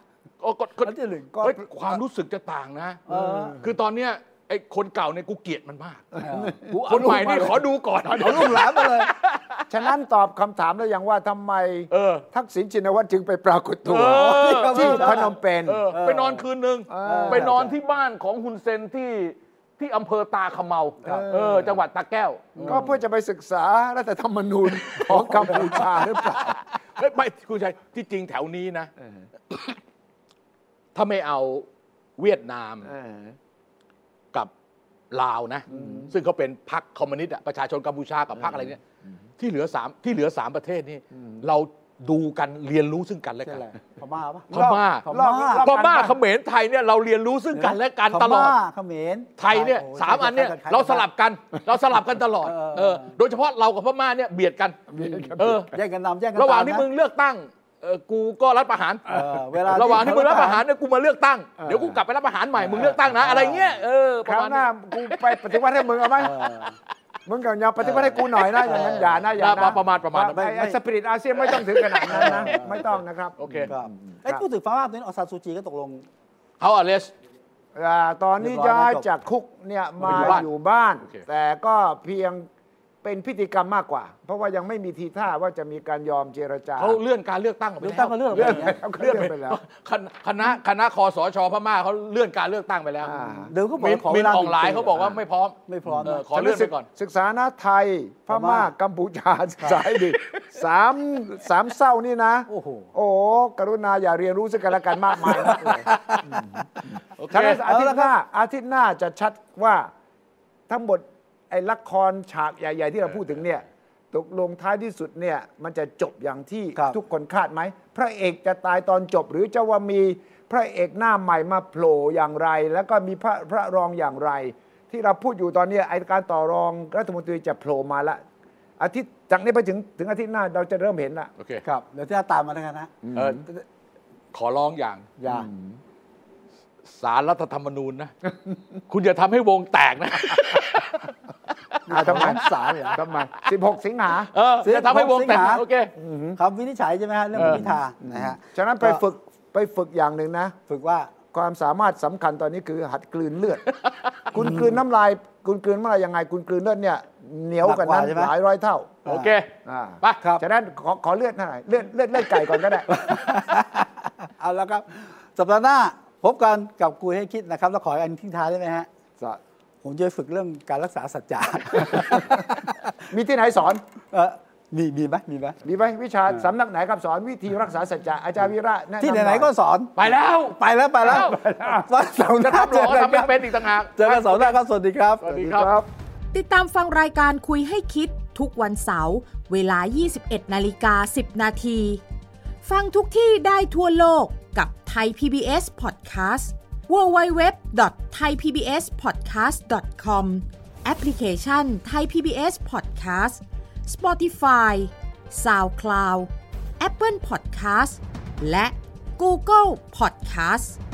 โอ้กดกด
อันที่หนึ่ง
เฮ้ยความรู้สึกจะต่างนะ
เออ
คือตอนเนี้ยไอ้คนเก่าเนี่ยกูเกลียดมันมาก
เออกู
คนใหม่
า
นี่
ลูกา
ขอดูก่อน
เอาลูกหลานมาเลย
ฉะนั้นตอบคำถามแล้วยังว่าทำไม
เออ
ทักษิณชินวัตรจึงไปปรากฏตัว
เออ
ที่พนมเปญ
เออไปนอนคืนนึง
เออ
ไปนอนที่บ้านของฮุนเซนที่ที่อำเภอตาขมเมา
ครับ
เออ จังหวัดตาแก้ว
ก็เพื่อจะไปศึกษารัฐธรรมนูญของกัมพูชาหรือเปล่า
เฮ้ยไม่คุณชัยที่จริงแถวนี้นะ ถ้าไม่เอาเวียดนามกับลาวนะ ซึ่งเขาเป็นพรรคคอมมิวนิสต์อะประชาชนกัมพูชากับพรรคอะไรเนี่ยที่เหลือสามที่เหลือสามประเทศนี่ เราดูกันเรียนรู้ซึ่งกันและกัน
พม่าปะ
พม่า
พม่าร
อบ
พ
กัน
ม่า
บ้าง
เขมรไทยเนี่ยเราเรียนรู้ซึ่งกันและกันตลอ
พ
ด
ม่าเขมร
ไทยเนี่ย
โโห
สามอันเนี่ย
คล้ๆกั
เราสลับกัน เราสลับกันตลอด
เออ
เออโดยเฉพาะเรากับพม่าเนี่ยเบียดกันเออ
แย่งกันนำแย่งกัน
ระหว่างที่
ต
มึงเลือกตั้งเออกูก็รัฐประหาร
เออเวลา
ระหว่างที่มึงรัฐประหาร
เ
เนี่ยกูมาเลือกตั้งเดี๋ยวกูกลับไปรัฐประหารใหม่มึงเลือกตั้งนะอะไรเงี้ยเออป
ค
ระ
ราว
มาณ
ห
เนี้
น้ายกูไปปฏิวัติให้มึงเอาไหม
ออ
มึงกับยาปฏิวัติให้กูหน่อยนะอย่างนั้นอย่านะอย่า
เออป
นะ
ระประมาณประมาณนั้น
ไม่ไม่
ไอ้สปิริตอาเซียนไม่ต้องถึงขนาดนั้นนะ ไม่ต้องนะครับ
โอเค
ครับไอ้ยพูดถึงพม่าตอนนี้อองซานซูจีก็ตกลง
เขาอเลส
อ่าตอนนี้
เรียบร้อย
ย้าย
แล้วจบ
จากคุกเนี่ยมา
มาอ
อยู่ยู่
บ้า
บ้าน น
โอเค
แต่ก็เพียงเป็นพิธีกรรมมากกว่า เพราะว่ายังไม่มีทีท่าว่าจะมีการยอมเจรจา
เขาเลื่อนการเลือกตั้งออกไป
เลือก
แล้ว
ตั้งก็เลือกไปอย่างเงี้ย
เขา
เลื่อนไป
เลื่อนไปแล้
แล้ว
ว
คณะคณะคอสชพม่าเขาเลื่อนการเลือกตั้งไปแล้ว
อ่า
เดี๋ยวก็บอก
มิน
ว่าขอ
มิ
เวน ลา
ออนไลน์
ห
เขา
ปี
บอกว่าไม่พร้อม
ไม่พร้อมนะ
เขอเลื่อนไปก่อน
ศึกษานะไทย พ
พม่า
ม่ากัมพูชาสายดิสามสามเศร้านี่นะ
โอ้โห
โอ้กรุณาอย่าเรียนรู้ซึ่งกันและกันมากมายนะ
โอเค
ฉะนั้นอาทิตย์หน้าอาทิตย์หน้าจะชัดว่าทั้งหมดไอ้ละครฉากใหญ่ ๆ ที่เราพูดถึงเนี่ยตกลงท้ายที่สุดเนี่ยมันจะจบอย่างที่
ครับ
ทุกคนคาดไหม พระเอกจะตายตอนจบ หรือจะว่ามีพระเอกหน้าใหม่มาโผล่อย่างไร แล้วก็มีพระพระรองอย่างไร ที่เราพูดอยู่ตอนเนี้ยไอ้การต่อรองรัฐมนตรีจะโผล่มาละอาทิตย์จากนี้ไปถึงถึงอาทิตย์หน้าเราจะเริ่มเห็นละ
โอเค
ครับเดี๋ยวที่ตามมาแล้วกันนะ
เออขอร้องอย่าง
อย่า
สารรัฐธรรมนูญนะ คุณอย่าทำให้วงแตกนะ
อา ทำไม
สงสารเหรอ
ทำไม 16 สิงหา
เอออย่าทำให้วงแตกนะ
16
โอเค
คำวินิจฉัยใช่ไหมฮะเรื่อง
เออ
พิธานะฮะ
ฉะนั้นไปฝึกไปฝึกอย่างหนึ่งนะ
ฝึกว่า
ความสามารถสำคัญตอนนี้คือหัดกลืนเลือด คุณกลืนน้ำลาย คุณกลืนน้ำลายยังไง คุณกลืนเลือดเนี่ยเหนียวกว่านั้น
หนักกว่าใช่ไหม
หลายร้อยเท่า
โอเค
อ่า
ไป
ครับ
ฉะนั้นขอขอเลือดหน่อยเลือดเลือดเลือดไก่ก่อนก็ได้
เอาแล้วครับ สัปดาห์หน้าพบกันกับคุยให้คิดนะครับ แล้วขออันทิ้งท้ายได้ไหมฮะ ผมจะไปฝึกเรื่องการรักษาสัจ จะ
มีที่ไหนสอน
เออมีมีไหมมีไหม
มีไหมวิชาสำนักไหนครับสอนวิธีรักษาสัจจะอาจารย์วิระแะำ
ที่ไหน
อย
ๆก็สอน
ไปแล้ว
ไปแล้วไปแล้ว
ไปแล้ว
วันเสาร์ห
จะ
น้า
ทำห
เจ
รอ
อกัน
ทำ
ค
ไม่
รับ
เป็นอีกต่างหาก
เจอกันเสาร์หน้าครับสวัสดีครับ
สวัส
สวัส
ดี
ดี
ค
ครับ รับ
ติดตามฟังรายการคุยให้คิดทุกวันเสาร์เวลา 21 นาฬิกา 10 นาที ฟังทุกที่ได้ทั่วโลกกับ t h a i PBS Podcast www.thaipbspodcast.com แอปพลิเคชัน Thai PBS Podcast Spotify, SoundCloud, Apple Podcast และ Google Podcast